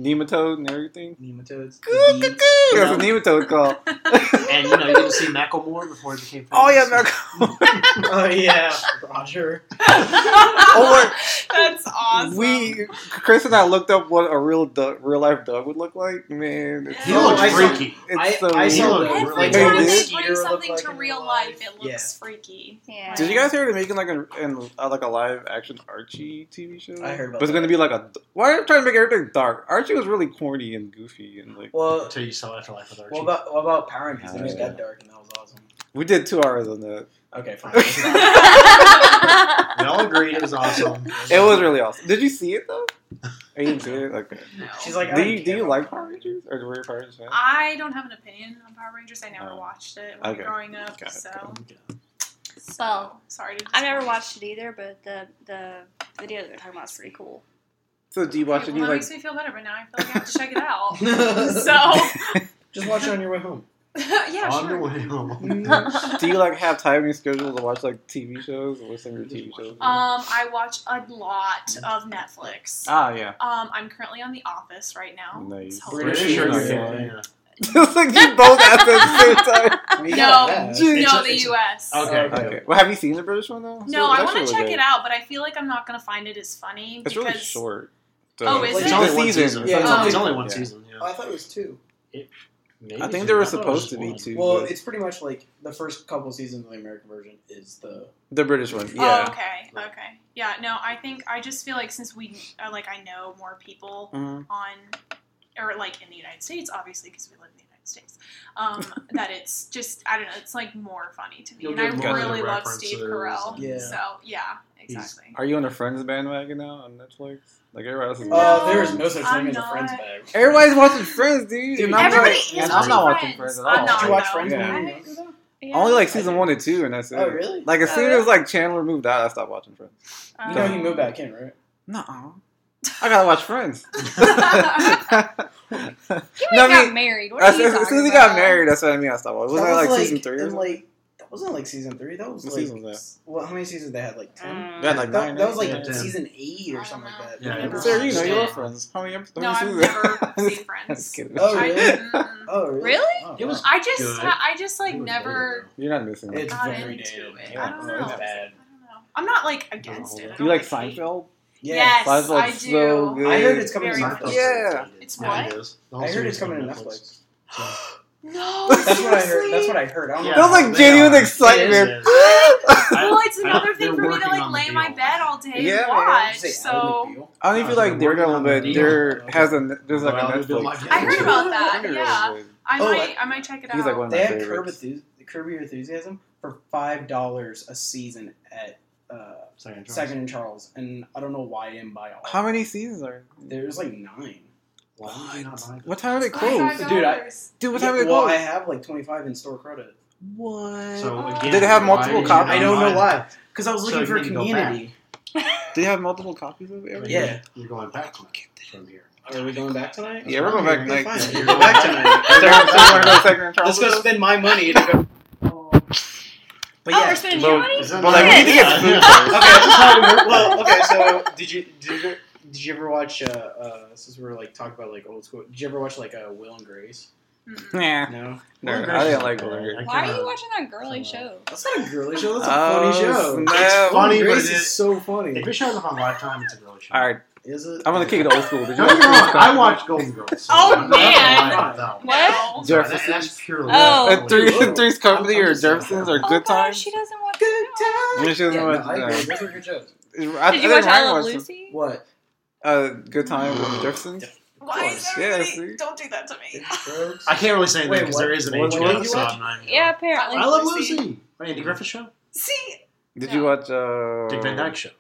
Nematode and everything. Nematodes. the Coo, coo, bees. coo. No. That's a nematode Oh. call. And you know, you didn't see Macklemore before he became famous. Oh yeah, Malcolm. Oh yeah, Roger. Oh, That's awesome. We Chris and I looked up what a real Doug, real life Doug would look like. Man, it's He No, so, I looks saw- freaky. it's I, so I saw weird. He like, Every looked like, really time good. they this bring year something looked to like in real real life, it looks Yeah. freaky. Yeah. Did you guys hear they're making like a in, uh, like a live action Archie TV show? I heard about But it's gonna that. be like a. Why are they trying to make everything dark? Archie was really corny and goofy and like Well, Until you saw Afterlife with Archie. what about what about Power Rangers? They Oh, made yeah. that dark, and that was awesome. we did two hours on that. Okay, fine. we all agreed it was awesome. It was really awesome. Did you see it though? Are you see it? Okay. No. She's like, I Do don't you do care you about like Power Rangers or were you a Power Rangers fan? I don't have an opinion on Power Rangers. I never Oh. watched it when Okay. growing up, Got it, so So, sorry. To I never disappoint. watched it either, but the the video that they're talking about is pretty cool. So do you Okay, watch well, any that like? makes me feel better, but now I feel like I have to check it out. so just watch it on your way home. yeah, on the sure. way home. Mhm. do you like have time in your schedule to watch like TV shows? What's some of your TV shows? Um, I watch a lot of Netflix. ah yeah. Um, I'm currently on The Office right now. Nice. It's British hilarious. or you UK? are. Just like you both asked at the same time. I mean, No. yeah, yeah. It's no, a- the it's a- U.S. Okay. Uh, Okay. Well, have you seen the British one though? No, It's I actually want to really check good. it out, but I feel like I'm not going to find it as funny It's because really short. The- Oh, Well, is the it? It's only season. one season. Yeah, it's, only, it's yeah. only one Yeah. season. Yeah. Oh, I thought it was two. Maybe I think two. there was thought it supposed to just be one. two. Well, but- it's pretty much like the first couple seasons of the American version is the the British one. Yeah. Oh, okay. Okay. Yeah. No, I think I just feel like since we uh, like I know more people Mhm. on or like in the United States, obviously because we live in the United States, um, that it's just I don't know, it's like more funny to me, You'll and I get more really the love Steve Carell. references. Yeah. So yeah, exactly. Are you on the Friends bandwagon now on Netflix? Like everybody else is. No. Uh, there is no such I'm thing as a not. friends bag. Everybody's watching Friends, dude. Dude, and I'm Everybody like, is and watching I'm not watching Friends. Friends at all. I'm not, Did you watch though. Friends? Yeah. when you were Yeah. Only like season one and two, and that's it. younger? Oh really? Like as Oh, soon really? as like Chandler moved out, I stopped watching Friends. You Um, know he moved back in, right? No, I gotta watch Friends. He No, I would've got mean, married. What are As, you as- as talking soon as he about? got married, that's what I mean. I stopped watching. Wasn't that like, season three or in, something? like that wasn't like season three. That was What like season was s- well, how many seasons they had? Like ten. Mm. They had, like that, nine. that was like Yeah, ten. season eight or I something don't like that. know. Yeah, Never Sarah, you know you watched love it. Friends. How many episodes? No, how many I've seasons? never seen I'm just Friends. kidding. Oh, I, really? mm, Oh really? Really? Oh, It was- wow. I just, Good. I just like It was never You're not missing. much. It's got very into dated. it. Yeah, I don't no, know. it's bad. I don't know. I'm not like against it. I Do you don't, like hate- Seinfeld? Yeah. Yes, Seinfeld's I do. so good. I heard it's coming to Very Netflix. much. Yeah. It's Yeah, what? it is. The whole I heard series it's is coming to on Netflix. No, That's what I heard. That's seriously? what I heard. I don't Yeah. That's know. like they genuine are. It excitement. is. I- Well, it's I- another they're thing for me to working like on lay the in my deal. bed all day Yeah, and man. watch. Say so Alan McBeal? I don't know if you like They're working Daredevil, on the but deal. there has a there's like Well, a I'll do Netflix. my I heard about that, I heard it yeah. was good. I Oh, might, I might check it He's out. like one of They my had Curb, favorites. Enthu- Curb Your Enthusiasm for five dollars a season at uh, Second. Second and Charles, and I don't know why I didn't buy all. of How it. many seasons are? There's like nine. Why would you not buy that? What time are they $25. close? God. Dude, I- Dude, what Yeah, time are they well, close? I have like 25 in store credit What? So Uh, again, Did it have why multiple did you copies? not I don't buy know why. that? because I was So looking you for need to go Community. Do you have multiple copies of it? Yeah. You're going back from here. Are we going back tonight? Yeah, we're going back Okay, tonight. fine. We're going back tonight. So you want to go second and Let's Charles? go spend my money. To go. But oh, yeah. we're spending Well, your money. Is that Well, not- like, we need to get Yeah. food okay. um, first. well, okay. So did you did you, did you ever watch? Uh, uh, since we were like talking about like old school, did you ever watch like uh, Will and Grace? Mm-mm. Nah, No, no, I didn't like Willinger. Why are you watching that girly show? that's not a girly show. That's a Oh, funny show. snap. Will and Funny, but Grace it is is- so funny. If it shows up on Lifetime, it's a girly show. All right, Is it? I'm gonna kick it old school. Did you Don't like get me wrong, Food I First? watched Golden Girls. so Oh, I'm not gonna man. lie about that one. Sorry, What? that- Jeffersons. That's purely. Oh. Uh, Three, Look. Three's Company I'm- I'm or just saying. Jeffersons or oh Good God, Times? she doesn't watch Good time. Yeah, she doesn't Yeah, no, watch I agree. that. Those are good shows. I- I Did you uh, think watch Ryan I Love watched it. Lucy? What? Uh, Good Time with the Jeffersons? Why is course. Yeah, everybody? see? don't do that to me. Drugs? I can't really say Wait, anything because what? there is an What- age what gap, did you so watch? I'm not. Yeah, apparently. I love Lucy. Lucy. Andy Griffith Show, See, Did No. you watch, uh... Dick Van Dyke Show.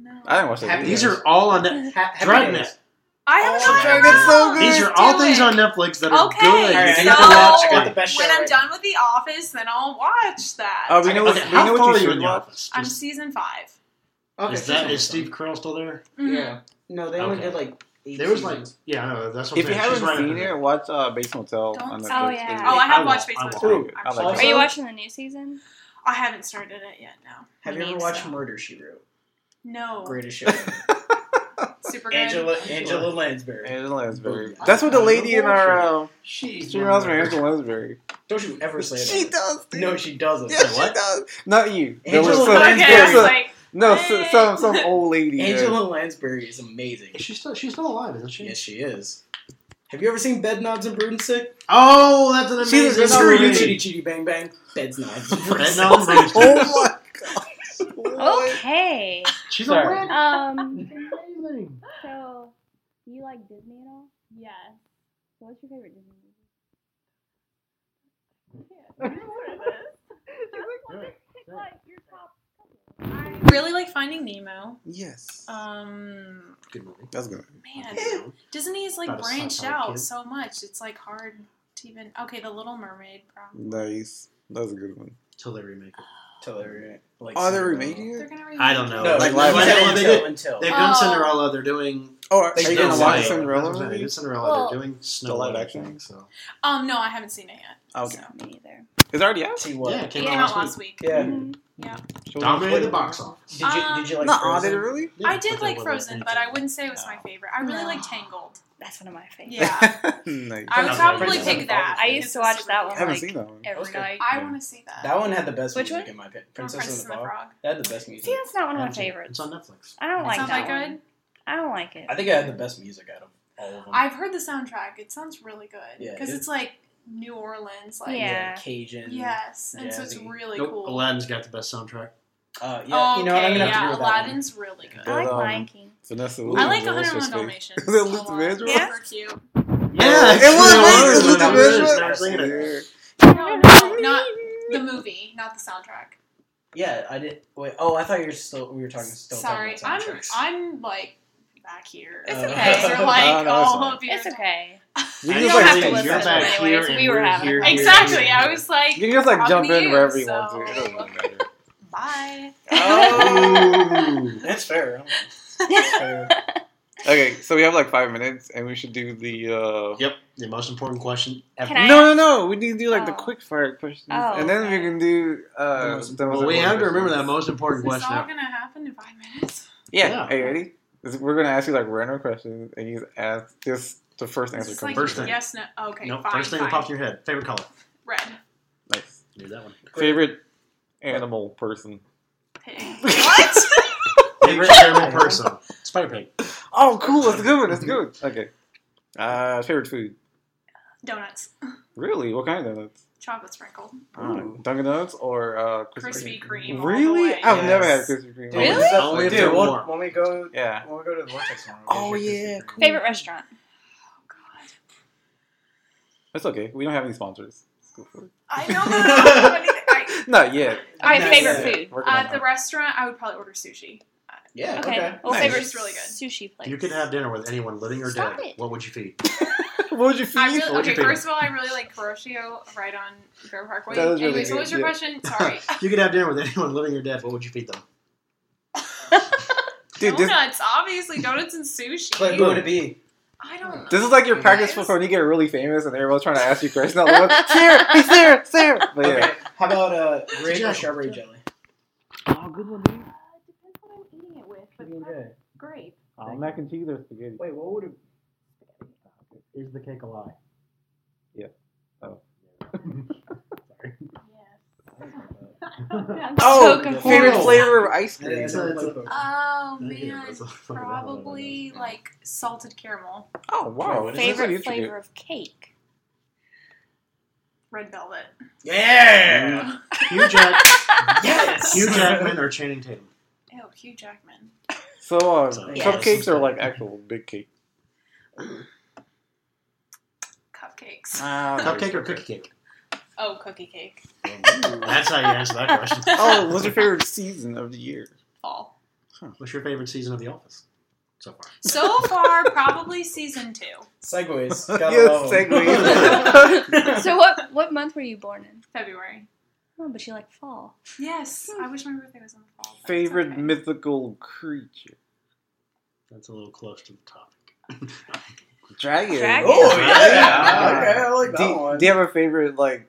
no, I didn't watch that. Happy either. These are all on. Net- Ha- Happy Days. Dragnet. I have Oh, another Dragon's so round. good. These are Let's all do things it. on Netflix that are Okay. good. All right, I You got have to the- watch I got it. the best When show I'm right done with The Office, then I'll watch that. Oh, we know, Okay, we how know far what are you you in should the watch. office? I'm Just- season five. Okay, Is that she's on is Steve Carell still there? Mhm. Yeah. No, they only Okay. did like eight. There was like, seasons. yeah, I know, that's what I'm If you saying. She's haven't right up seen there. it, watch uh, Bates Motel Don't- on Oh, Netflix. yeah. It's- Oh, I I have will- watched Bates I will. Motel. Ooh, I like actually. Are Also- you watching the new season? I haven't started it yet. No. Have you He ever needs watched to. Murder She Wrote? No. Greatest show. Super Angela Angela Lansbury. Angela Lansbury. Oh, That's what the I lady in love our uh, She's she reminds me of Angela Lansbury. Don't you ever say that. does. dude. No, she doesn't. Yeah, she What? does. Not you. There was Angela some- Lansbury. Okay, I was there was some- like, no, so- some some old lady. Angela Lansbury is amazing. She's still she's still alive, isn't she? Yes, she is. Have you ever seen Bed Knobs and Brood and Sick? Oh, that's an amazing. She's a screw you, movie. chitty chitty bang bang. Bed Knobs and Brood and Red Sick. Nose Bruce. Oh my god. Oh. What? Okay. She's Sorry. alive. Um. Amazing. So, you like Disney at all? Yeah. What's your favorite Disney movie? I really like Finding Nemo. Yes. Um, Good movie. That's good. man, Good Disney is like About a branched sci-fi out kid. so much. It's like hard to even. Okay, The Little Mermaid, probably. Nice. That's a good one. Till they remake it. Till they're, like, Are they Cinderella. remaking They're it? gonna I don't know. No, Like, like, why- until, they did- until, until. They've done Oh. Cinderella. They're doing Oh, are, They are you did gonna watch say- Cinderella They movie? did Cinderella. Well- They're doing Snow Live White, I action? think. So Um, no, I haven't seen it yet. Okay, So. Me either. it's already out. See what? yeah, it It came came out out last week. Yeah. Mhm. Dominated the box office. Did you did you like Um, Not Frozen? audited, really. Yeah, I but did they like were Frozen, but I wouldn't say it was my No. favorite. I really No. like Tangled. That's one of my favorites. Yeah. Nice. I would Princess probably Princess pick and that. Pauper. I used to watch that I one haven't like seen that one. every Okay. night. I want to see that. That one had the best Which music one? in my opinion. Or Princess, Princess and the Frog. Frog. That had the best music. See, that's not one of my MJ. favorites. It's on Netflix. I don't like Sound that like one. good? I don't like it. I think I had the best music out of all of them. I've heard the soundtrack. It sounds really good. Yeah, Because it- it's like New Orleans. Like, Yeah. Cajun. Yes. And so it's Jazzy. really nope, cool. Aladdin's got the best soundtrack. Uh, yeah. Oh, you know what? I'm gonna have to okay, yeah, agree with that one. Aladdin's really good. Yeah. I like But, um, Lion King. Vanessa. I Williams, like what's 101 her face? Dalmatians. Is it a Luke lot. Vandross? Yeah. Super cute. Yeah, it was yeah, me, it's it was Luke Luke Vandross. Vandross. I've seen it. No, no, not the movie, not the soundtrack. Yeah, I did. Wait. Oh, I thought you were still. We were talking. Still Sorry, Talking I'm about soundtracks. I'm like back here. It's Uh, okay. you guys are like No, no, it's all fine. up here. It's okay. You Mm-hmm. can I just like don't have to say- listen you're to back it here, anyways. and We were we're having here, fun. here, Exactly. here. I was like, You can just like talking jump to in you, wherever you so- want to. It doesn't matter. bye. Oh, that's fair. That's fair. Okay, so we have like five minutes, and we should do the. Uh... Yep, the most important question ever. Can I- No, no, no. We need to do like the Oh. quick fire questions, Oh, and then we okay. can do. The Uh, most the most well, we important have to remember that questions. most important Is this question all ever. gonna happen in five minutes? Yeah. Yeah. Are you ready? This- We're gonna ask you like random questions, and you ask just the first Is answer this comes like First thing. yes, no, okay, Nope, fine, first thing fine. that popped in your head. Favorite color. Red. Nice. Knew that one. Favorite animal person? Pig. What? Favorite animal person. Spider Pig. Oh, cool. That's a good. one, That's a good. one. Okay. Uh, favorite food? Donuts. Really? What kind of donuts? Chocolate sprinkled. Oh, Uh, Dunkin' Donuts or uh, Krispy Kreme. all the Really? way. I've never had Yes. Krispy Kreme. Really? Only if they're Dude, when, warm. when we go, Yeah. when we go to the vortex one. Oh, yeah, cool. Favorite restaurant? Oh, God. That's okay. We don't have any sponsors. Let's go for it. I know that. I don't have anything- Not yet. All right, Nice. favorite food. Working I- on At the that. restaurant, I would probably order sushi. Yeah. Okay. Well, Nice. favorite It's really good. sushi place. If you could have dinner with anyone living or Stop dead, it. what would you feed? what would you feed? I really, What would okay, you pick? first of all, I really like Kuroshio right on Bear Parkway. That was really Anyways, good, what was your yeah. question? Sorry. If you could have dinner with anyone living or dead, what would you feed them? Dude, this, donuts, obviously donuts and sushi. But who would it be? I don't. know. this is like your practice Guys. for when you get really famous and everyone's trying to ask you questions. Like, Sarah, hey, Sarah, Sarah. But yeah. Okay. How about uh, grape Jelly. or strawberry jelly? Oh, good one, dude. Depends what I'm eating it with, grape. Oh, mac and cheese or spaghetti? Wait, what would it? Is the cake a lie? Oh, So favorite confused. flavor of ice Yeah, cream. it's a- it's a- Oh man, probably like salted caramel, Oh, wow. Favorite That's what you Favorite should flavor of cake? red velvet. Yeah. Hugh, Jack- Yes. Hugh Jackman or Channing Tatum? Ew, Hugh Jackman. do. So, uh, Sorry. cupcakes Yes. are like actual big cake. Cupcakes. Ah, Cupcake or cookie cake? Oh, cookie cake. That's how you answer that question. Oh, what's your favorite season of the year? Fall. What's your favorite season of The Office so far? So far, probably season two. Segways. Gotta yes, love 'em. segway. So what? What month were you born in? February. Oh, but you like fall. Yes, I wish my birthday was in the fall. but it's favorite okay. mythical creature? That's a little close to the topic. Dragon. Dragon. Oh yeah. Yeah. Okay, I like that do, one. do you have a favorite like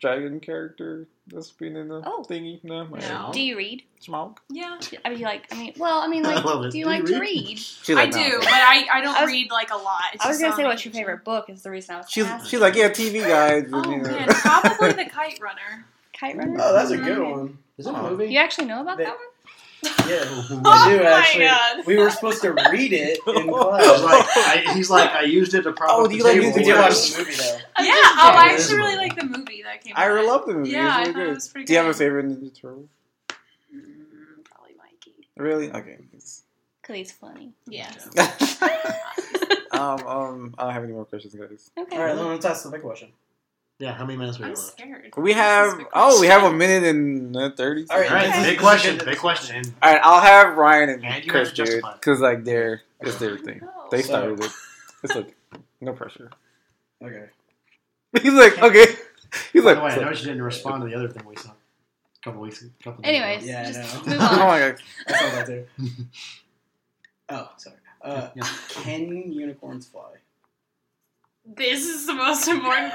dragon character that's been in the Oh. thingy? No, my No. Do you read? Smoke. Yeah, I mean, you like. I mean, well, I mean, I like, love it. do you Do you like read? to read? She's I like, do, no. but I, I don't I was- read like a lot. It's I was just gonna on say, what's your occasion. favorite book? Is the reason I was She's asking. she's like yeah, TV guides. Oh and, you know. man, probably the Kite Runner. Kite Runner. Oh, that's a good one. Is that Oh. a movie? You actually know about They- that one? Yeah. Oh I do my actually. God. We were supposed to read it in I was class. like, I, he's like, I used it to prop Oh, up do you the like table. we used to did do watch watch- the movie though. Yeah, oh, I It is actually really one. like the movie that came. I out. love the movie. Yeah, I it's thought really it good. was pretty Do you have a good. favorite Ninja Turtle? Mm, Probably Mikey. Really? Okay. Because he's funny. Yeah. um, um, I don't have any more questions, guys. Okay. All right, then let's ask the big question. Yeah, how many minutes we I'm have left? scared. We This is have a oh, we have a question. minute and thirty. All right. All right, Okay. big question, big question. All right, I'll have Ryan and, And you Chris have to do it justify it. because like they're it's their thing. No. They Oh. So- started it. It's like no pressure. Okay. He's like okay. He's By like. the way, I so- noticed you didn't respond to the other thing we saw a couple weeks ago. Couple days ago. Anyways, Yeah, I just know. move oh on. my god. That's all I do. oh, sorry. Uh, Yeah. Can unicorns fly? This is the most important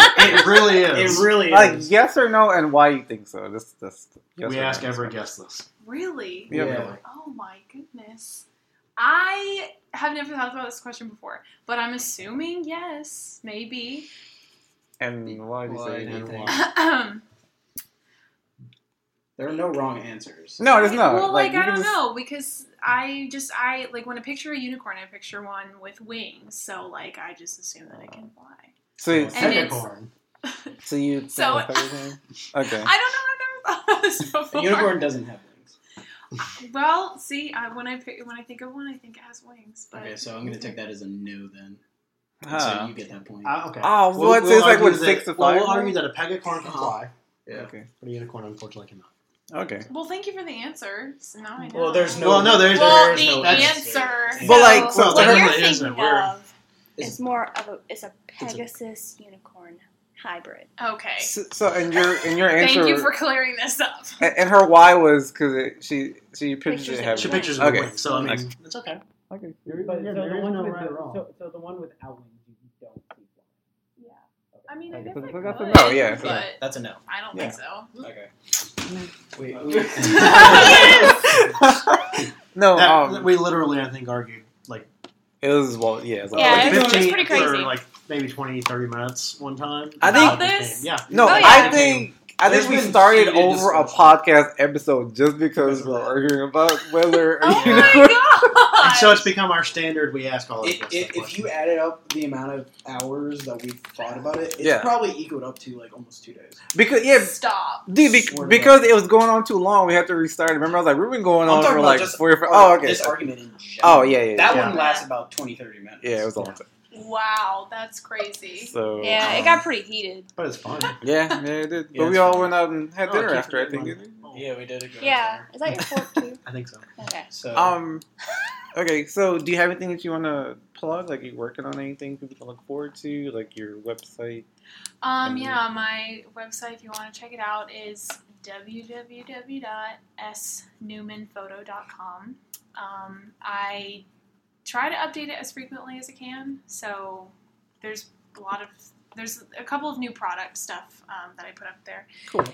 And It really is. It really is. like yes or no, and why you think so. This, this. Yes we or no. ask every guest this. really? Yeah. Really. Oh my goodness. I have never thought about this question before, but I'm assuming yes, maybe. And why do you Why say do no? you think? Um, there are no wrong answers. No, there's no. Well, like, you I can don't just- know because I just I like when I picture a unicorn, I picture one with wings. So like I just assume that it can Oh. fly. So, And it's- Unicorn. so you. So- okay. I don't know. I've never thought of this A before. unicorn doesn't have wings. Well, see, I, when I pic- when I think of one, I think it has wings. But Okay, so I'm gonna take that as a no then. So Huh. you get that point. Ah, okay. Oh, We'll- what? we'll so it's like argue what that- six to well, five. We'll argue that a pegacorn can fly, Yeah. Okay. but a unicorn unfortunately cannot. Okay. Well, thank you for the answer. So now I know. Well, there's no. Well, no, there's- Well, there's the no answer. answer. But, like, so, so what there you're really isn't. thinking We're- of it's- is more of a it's a a- Pegasus unicorn hybrid. Okay. So, so and your and your answer. Thank you for clearing this up. and, and her why was because she she pictures Pictures it it. having. She Okay. pictures Okay. the wings, so I mean, Okay. it's okay. Okay. But yeah, so, there the is one no with right the, or wrong. So, so the one without wings, you don't see flying. Yeah. I mean, I Okay, guess so- I so that's a could, no, Oh, yeah, so- but That's a no. I don't think so. Hmm? Okay. Wait. Uh, No, That- um, we literally, I think, argued like, it was well, yeah. It was all- Yeah, like it was- it was 15 pretty for crazy. like maybe 20, 30 minutes one time. I About Nothing this? came. yeah. No, Oh, yeah. I think I think There's we been started heated over a discussion. podcast episode just because we're arguing about whether a Oh unicorn- my god! And so it's become our standard. We ask all of If, us if, that if question. you added up the amount of hours that we've thought about it, it's Yeah. probably equaled up to like almost two days. because yeah, Stop. dude, Swear be, to because it was going on too long, we had to restart. it. Remember, I was like, we've been going I'm on talking for about like just four. or five- Or oh, okay. This argument in general. oh yeah, yeah, yeah. That Yeah. one lasts about 20, 30 minutes. Yeah, it was a long time. Wow, that's crazy. So Yeah, it um, got pretty heated. but it's fun. yeah, yeah, it did. Yeah, but we it's all fine. went out and had Oh, dinner keep after. I it think. in didn't we? mind. Oh, Yeah, we did a good Yeah. dinner. Is that your fork too? I think so. Okay. So Um. Okay, so do you have anything that you want to plug? Like, you working on anything people can look forward to? Like your website? Um, And- yeah, my website, if you want to check it out, is www.snewmanphoto.com. Um, I try to update it as frequently as I can. So there's a lot of there's a couple of new product stuff um, that I put up there. Cool.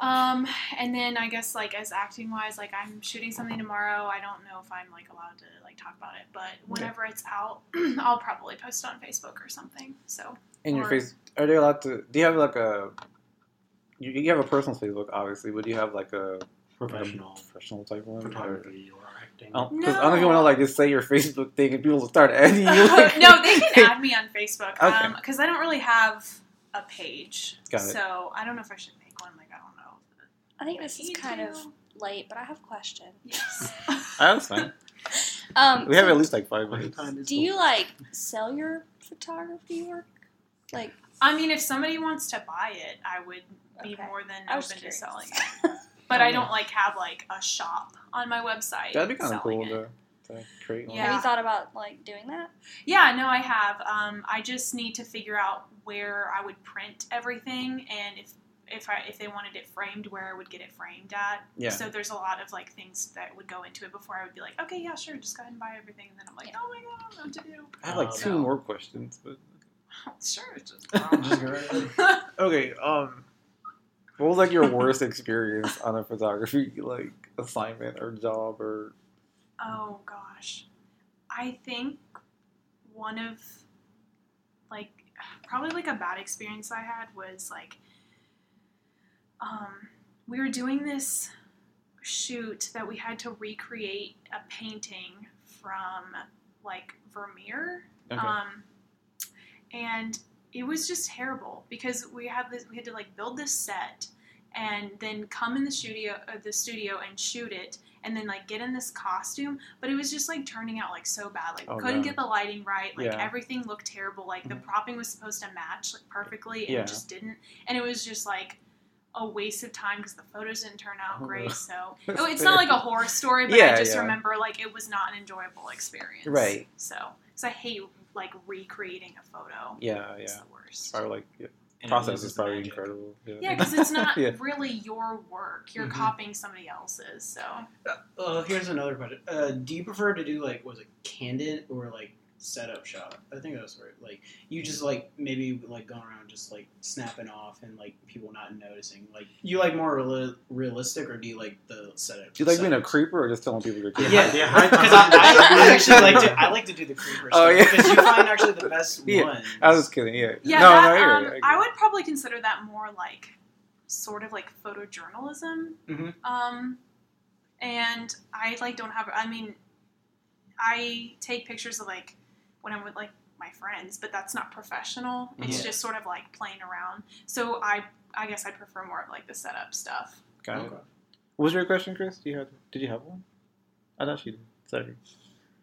Um, and then I guess like as acting wise, like I'm shooting something tomorrow. I don't know if I'm like allowed to like talk about it, but whenever it's out, I'll probably post it on Facebook or something. So In your Or- face? Are they allowed to? Do you have like a? You, you have a personal Facebook, obviously, but do you have like a Professional professional type one? Or, photography or acting. oh, 'cause I No. don't even want to like just say your Facebook thing and people will start adding you. like- no, they can add me on Facebook Okay. because I don't really have a page. Got it. So I don't know if I should make one. Like I don't know. I think this is Need kind to. of late, but I have a question. yes. That's fine. Um, We so have at least like five What minutes. time is do the- you like sell your photography work? Like I mean, if somebody wants to buy it, I would be Okay. more than I was open to curious. selling it. But I don't like have like a shop on my website. That'd be kind of selling cool it. to, to create one. Yeah. Have you thought about like doing that? Yeah, no, I have. Um, I just need to figure out where I would print everything, and if if I if they wanted it framed, where I would get it framed at. Yeah. So there's a lot of like things that would go into it before I would be like, okay, yeah, sure, just go ahead and buy everything, and then I'm like, Yeah. oh my god, I don't know what to do. I have like Um, two more questions, but sure, just. Just go right ahead. Okay, um what was like your worst experience on a photography like assignment or job or oh gosh, I think one of like probably like a bad experience I had was like um, we were doing this shoot that we had to recreate a painting from like Vermeer. Okay. Um, and it was just terrible because we had this we had to like build this set and then come in the studio uh, the studio and shoot it and then like get in this costume but it was just like turning out like so bad like we Oh, couldn't no. get the lighting right like Yeah. Mm-hmm. everything looked terrible like the propping was supposed to match like perfectly and Yeah. it just didn't and it was just like a waste of time because the photos didn't turn out Oh, no. great so That's Oh, it's not like a horror story but Yeah, i just yeah. remember like it was not an enjoyable experience Right. so because i hate like recreating a photo yeah, it's yeah. the worst. Or like yeah, and it process loses is the probably magic. incredible. Yeah, because it's not Yeah. Mm-hmm. really your work. You're Mhm. copying somebody else's. So Uh, here's another question. Uh, do you prefer to do like was it candid or like setup shot? I think that's right. Like you just like maybe like going around just like snapping off and like people not noticing. Like you like more reali- realistic or do you like the setup? Do you like setup? being a creeper or just telling people you're a creeper? Yeah, yeah, I- Because I, I actually like to I like to do the creeper. Oh, stuff, yeah. Because you find actually the best Yeah. ones. I was just kidding. Yeah. yeah, No, that, no, you're um, right, I agree. would probably consider that more like sort of like photojournalism. Mm-hmm. Mhm. Um, and I like don't have. I mean, I take pictures of like when I'm with like my friends, but that's not professional. It's Yeah. Mm-hmm. just sort of like playing around. So I I guess I prefer more of like the setup stuff. Got it. What was your question, Chris? Do you have? Did you have one? I thought you did. Sorry.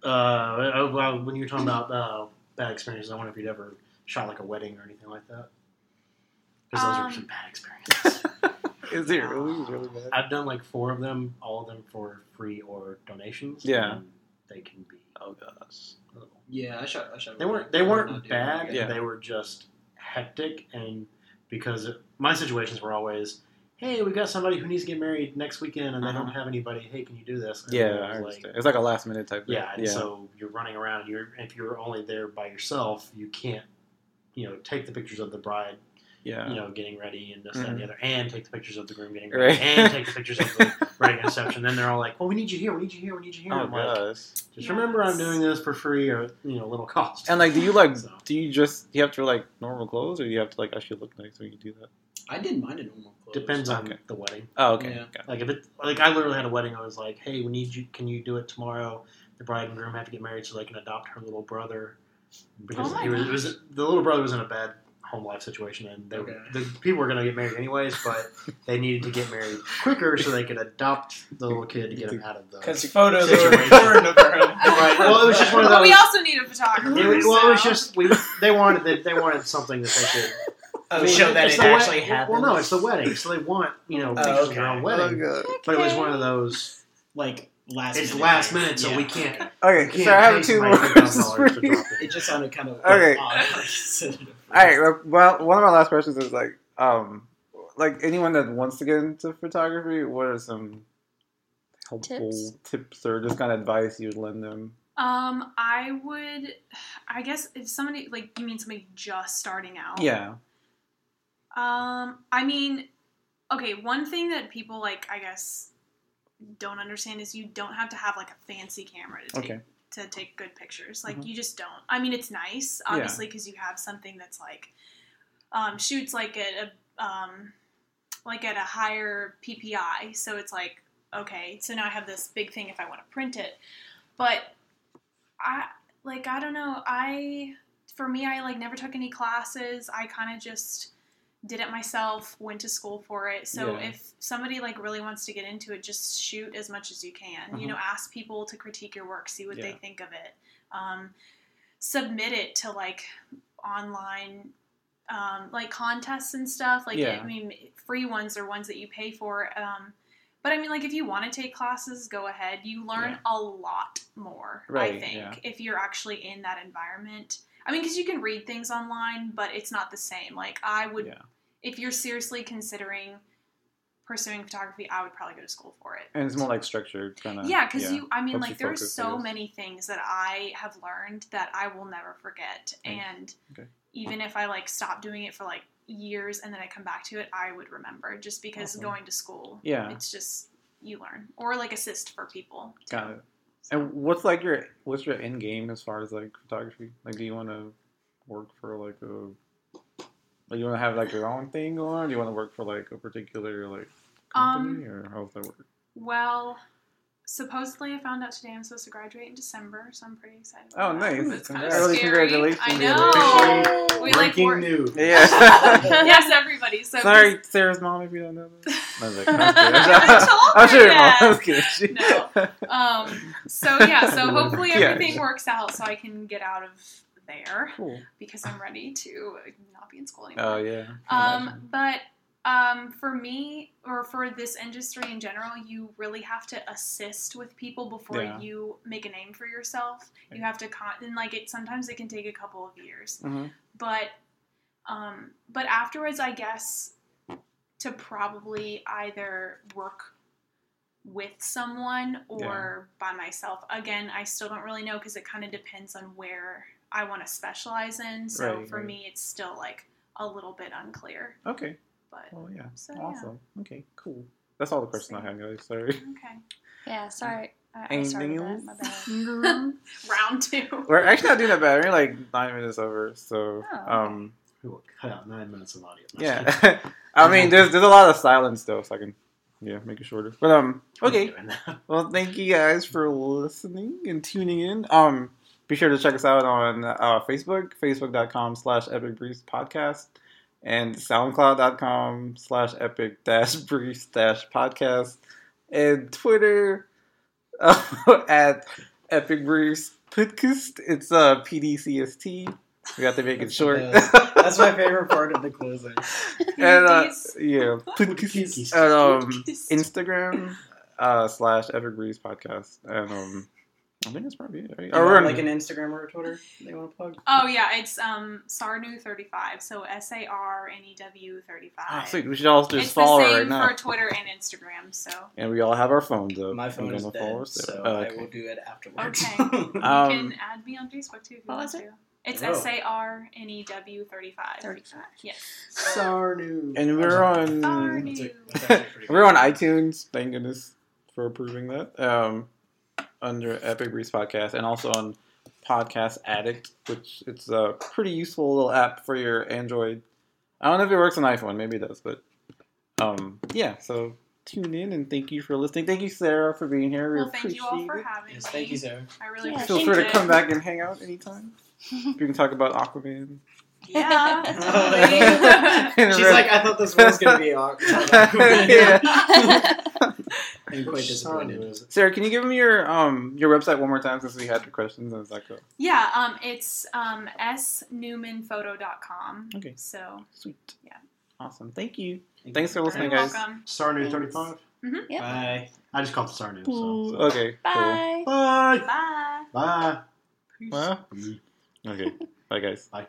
Uh, oh, well, when you were talking about uh, bad experiences, I wonder if you'd ever shot like a wedding or anything like that. Because those Um, are some bad experiences. Is it really really bad? I've done like four of them, all of them for free or donations. Yeah. and they can be. Oh gosh. Yeah, I shot. I shot. They weren't. They I'm not weren't doing bad. that. Yeah. They were just hectic, and because it- my situations were always, "Hey, we got somebody who needs to get married next weekend, and they don't have anybody. Hey, can you do this?" And Uh-huh. Yeah, it was I like- understand. it's like a last minute type. Thing. yeah, and yeah. so you're running around. And you're if you're only there by yourself, you can't, you know, take the pictures of the bride, yeah. Mm-hmm. you know, getting ready and this that, and the other, and take the pictures of the groom getting ready, Right. and take the pictures of the wedding reception. Then they're all like, "Well, we need you here. We need you here. We need you here." Oh I'm my like, gosh. Just remember, I'm doing this for free or you know, little cost. And like, do you like? So- Do you just you have to wear, like normal clothes, or you have to like actually look nice when you do that? I didn't mind a normal clothes. depends on Okay. the wedding. Oh, okay. Yeah. Got it. Like if it, like I literally had a wedding. I was like, "Hey, we need you. Can you do it tomorrow?" The bride and groom had to get married so they can adopt her little brother because Oh my he was, it was the little brother was in a bad home life situation, and they, Okay. the people were going to get married anyways, but they needed to get married quicker so they could adopt the little kid to get him out of the. Because photos are are important important of of Right. Well, it was just one of But those. we also need a photographer. it was- well, it was so- just we, they wanted that they wanted something that they could Oh, I mean, show that it's it the wed- actually happened. Oh, Well, no, it's the wedding, so they want you know pictures of okay. their Oh, own wedding. But it was one of those. like last. It's minute last thing. minute, so Yeah. we can't. Okay. we can't so I have pay two more somebody questions for $2,000 to you. drop It it. just sounded kind of Okay. odd. All right. well, Well, one of my last questions is like, um, like anyone that wants to get into photography, what are some helpful Tips? tips, or just kind of advice you would lend them? Um, I would, I guess if somebody like you mean somebody just starting out. Yeah. Um, I mean, okay, one thing that people like I guess don't understand is you don't have to have like a fancy camera to take Okay. to take good pictures. Like Mhm. you just don't. I mean, it's nice Yeah. obviously because you have something that's like um, shoots like at a um, like at a higher PPI, so it's like okay, so now I have this big thing if I want to print it. But I like I don't know. I for me, I like never took any classes. I kind of just did it myself, went to school for it. So Yeah. if somebody like really wants to get into it, just shoot as much as you can. You Mhm. know, ask people to critique your work, see what they Yeah. think of it. Um, submit it to like online um, like contests and stuff. Like Yeah. I mean, free ones are ones that you pay for. Um, but I mean, like if you want to take classes, go ahead. You learn Yeah. a lot more, I Right, think, yeah. if you're actually in that environment. I mean, because you can read things online, but it's not the same. Like I would, Yeah. if you're seriously considering pursuing photography, I would probably go to school for it. And it's more like structured kind of. Yeah, because you, I Helps mean, you like, there are focus, I so guess. many things that I have learned that I will never forget. Nice. And Okay. even if I, like, stop doing it for, like, years and then I come back to it, I would remember just because Awesome. going to school, Yeah. it's just, you learn. Or, like, assist for people. too. Got it. So- And what's like your what's your end game as far as like photography? Like, do you want to work for like a like you want to have like your own thing going? Or do you want to work for like a particular like Um, company or how's that work? Well, supposedly I found out today I'm supposed to graduate in December, so I'm pretty excited. Oh, about that. nice. But it's kinda Congrats. Early scary. congratulations, I Leila. know. We like Breaking work. news. Yeah. yes, everybody. So Sorry, Sarah's mom, if you don't know that. I was like, I'm just kidding. I'm I haven't told sure her your mom. yet. I was kidding. She- No. Um, so yeah, so hopefully Yeah. everything works out so I can get out of there Cool. because I'm ready to not be in school anymore. Oh, yeah. Um, but um, for me, or for this industry in general, you really have to assist with people before Yeah. you make a name for yourself. You Right. Mm-hmm. have to con, and like it sometimes it can take a couple of years, Mhm. but Um, but afterwards, I guess to probably either work with someone or by myself. Again, I still don't really know because it kind of depends on where I want to specialize in. So Right, for right. me, it's still like a little bit unclear. Okay. But Well, yeah. so Awesome. Okay. Cool. That's all the question I have, guys. Sorry. yeah, okay. Yeah, sorry. I, I started Anything with else? that. My bad. Round two. We're actually not doing that bad. We're like nine minutes over. So, Oh, okay. um, We will cut out nine minutes of audio. yeah. I Mm-hmm. mean, there's there's a lot of silence though, so I can yeah make it shorter. But um, okay. Well, thank you guys for listening and tuning in. Um, be sure to check us out on uh, Facebook, facebook.com slash epic briefs podcast, and soundcloud.com slash epic dash briefs dash podcast, and Twitter uh, at epic briefs podcast. It's uh, PDCST. We got to make it That's short. the That's my favorite part of the closing. and, uh, These- yeah, podcast. Podcast. And, um, these- Instagram uh, slash Epic Breeze Podcast, and um, I think that's probably it. Right? You Oh, we're want, on- like an Instagram or a Twitter they want to plug? oh yeah, it's um Sarnu thirty five. So S A R N E W thirty Ah, five. sweet. We should all just It's follow the her same right now, for Twitter and Instagram. So and we all have our phones up. My I'm phone is Oh, gonna dead, follow us there. so Oh, I okay. will do it afterwards. Okay. Uh, Um, you can add me on Facebook too if you What want was it? to. It's Oh. S A R N E W thirty five. 35. Yes. Sarnu. And we're Sarnu. on That's a- that's actually pretty we're on good. iTunes. Thank goodness for approving that. Um, under Epic Breeze Podcast, and also on Podcast Addict, which it's a pretty useful little app for your Android. I don't know if it works on iPhone. Maybe it does, but um, yeah. So tune in and thank you for listening. Thank you, Sarah, for being here. We Well, thank appreciate you all for it. having Yes, me. thank you, Sarah. I really Yeah, appreciate Feel it. free to come back and hang out anytime. we can talk about Aquaman. Yeah. totally. And She's re- like, I thought this was gonna be awkward. Yeah. I'm quite disappointed. Sarah, can you give me your um your website one more time since we had the questions and it's like uh, yeah, um, it's um, snewmanphoto.com. Okay. So sweet. Yeah. Awesome. Thank you. Thanks for you're listening, guys. welcome. Sarnu 35? Yep. Bye. I just called it Sarnu. Ooh, So. Okay. Cool. Bye. Bye. Bye. Bye. Well, okay. Bye, guys. Bye.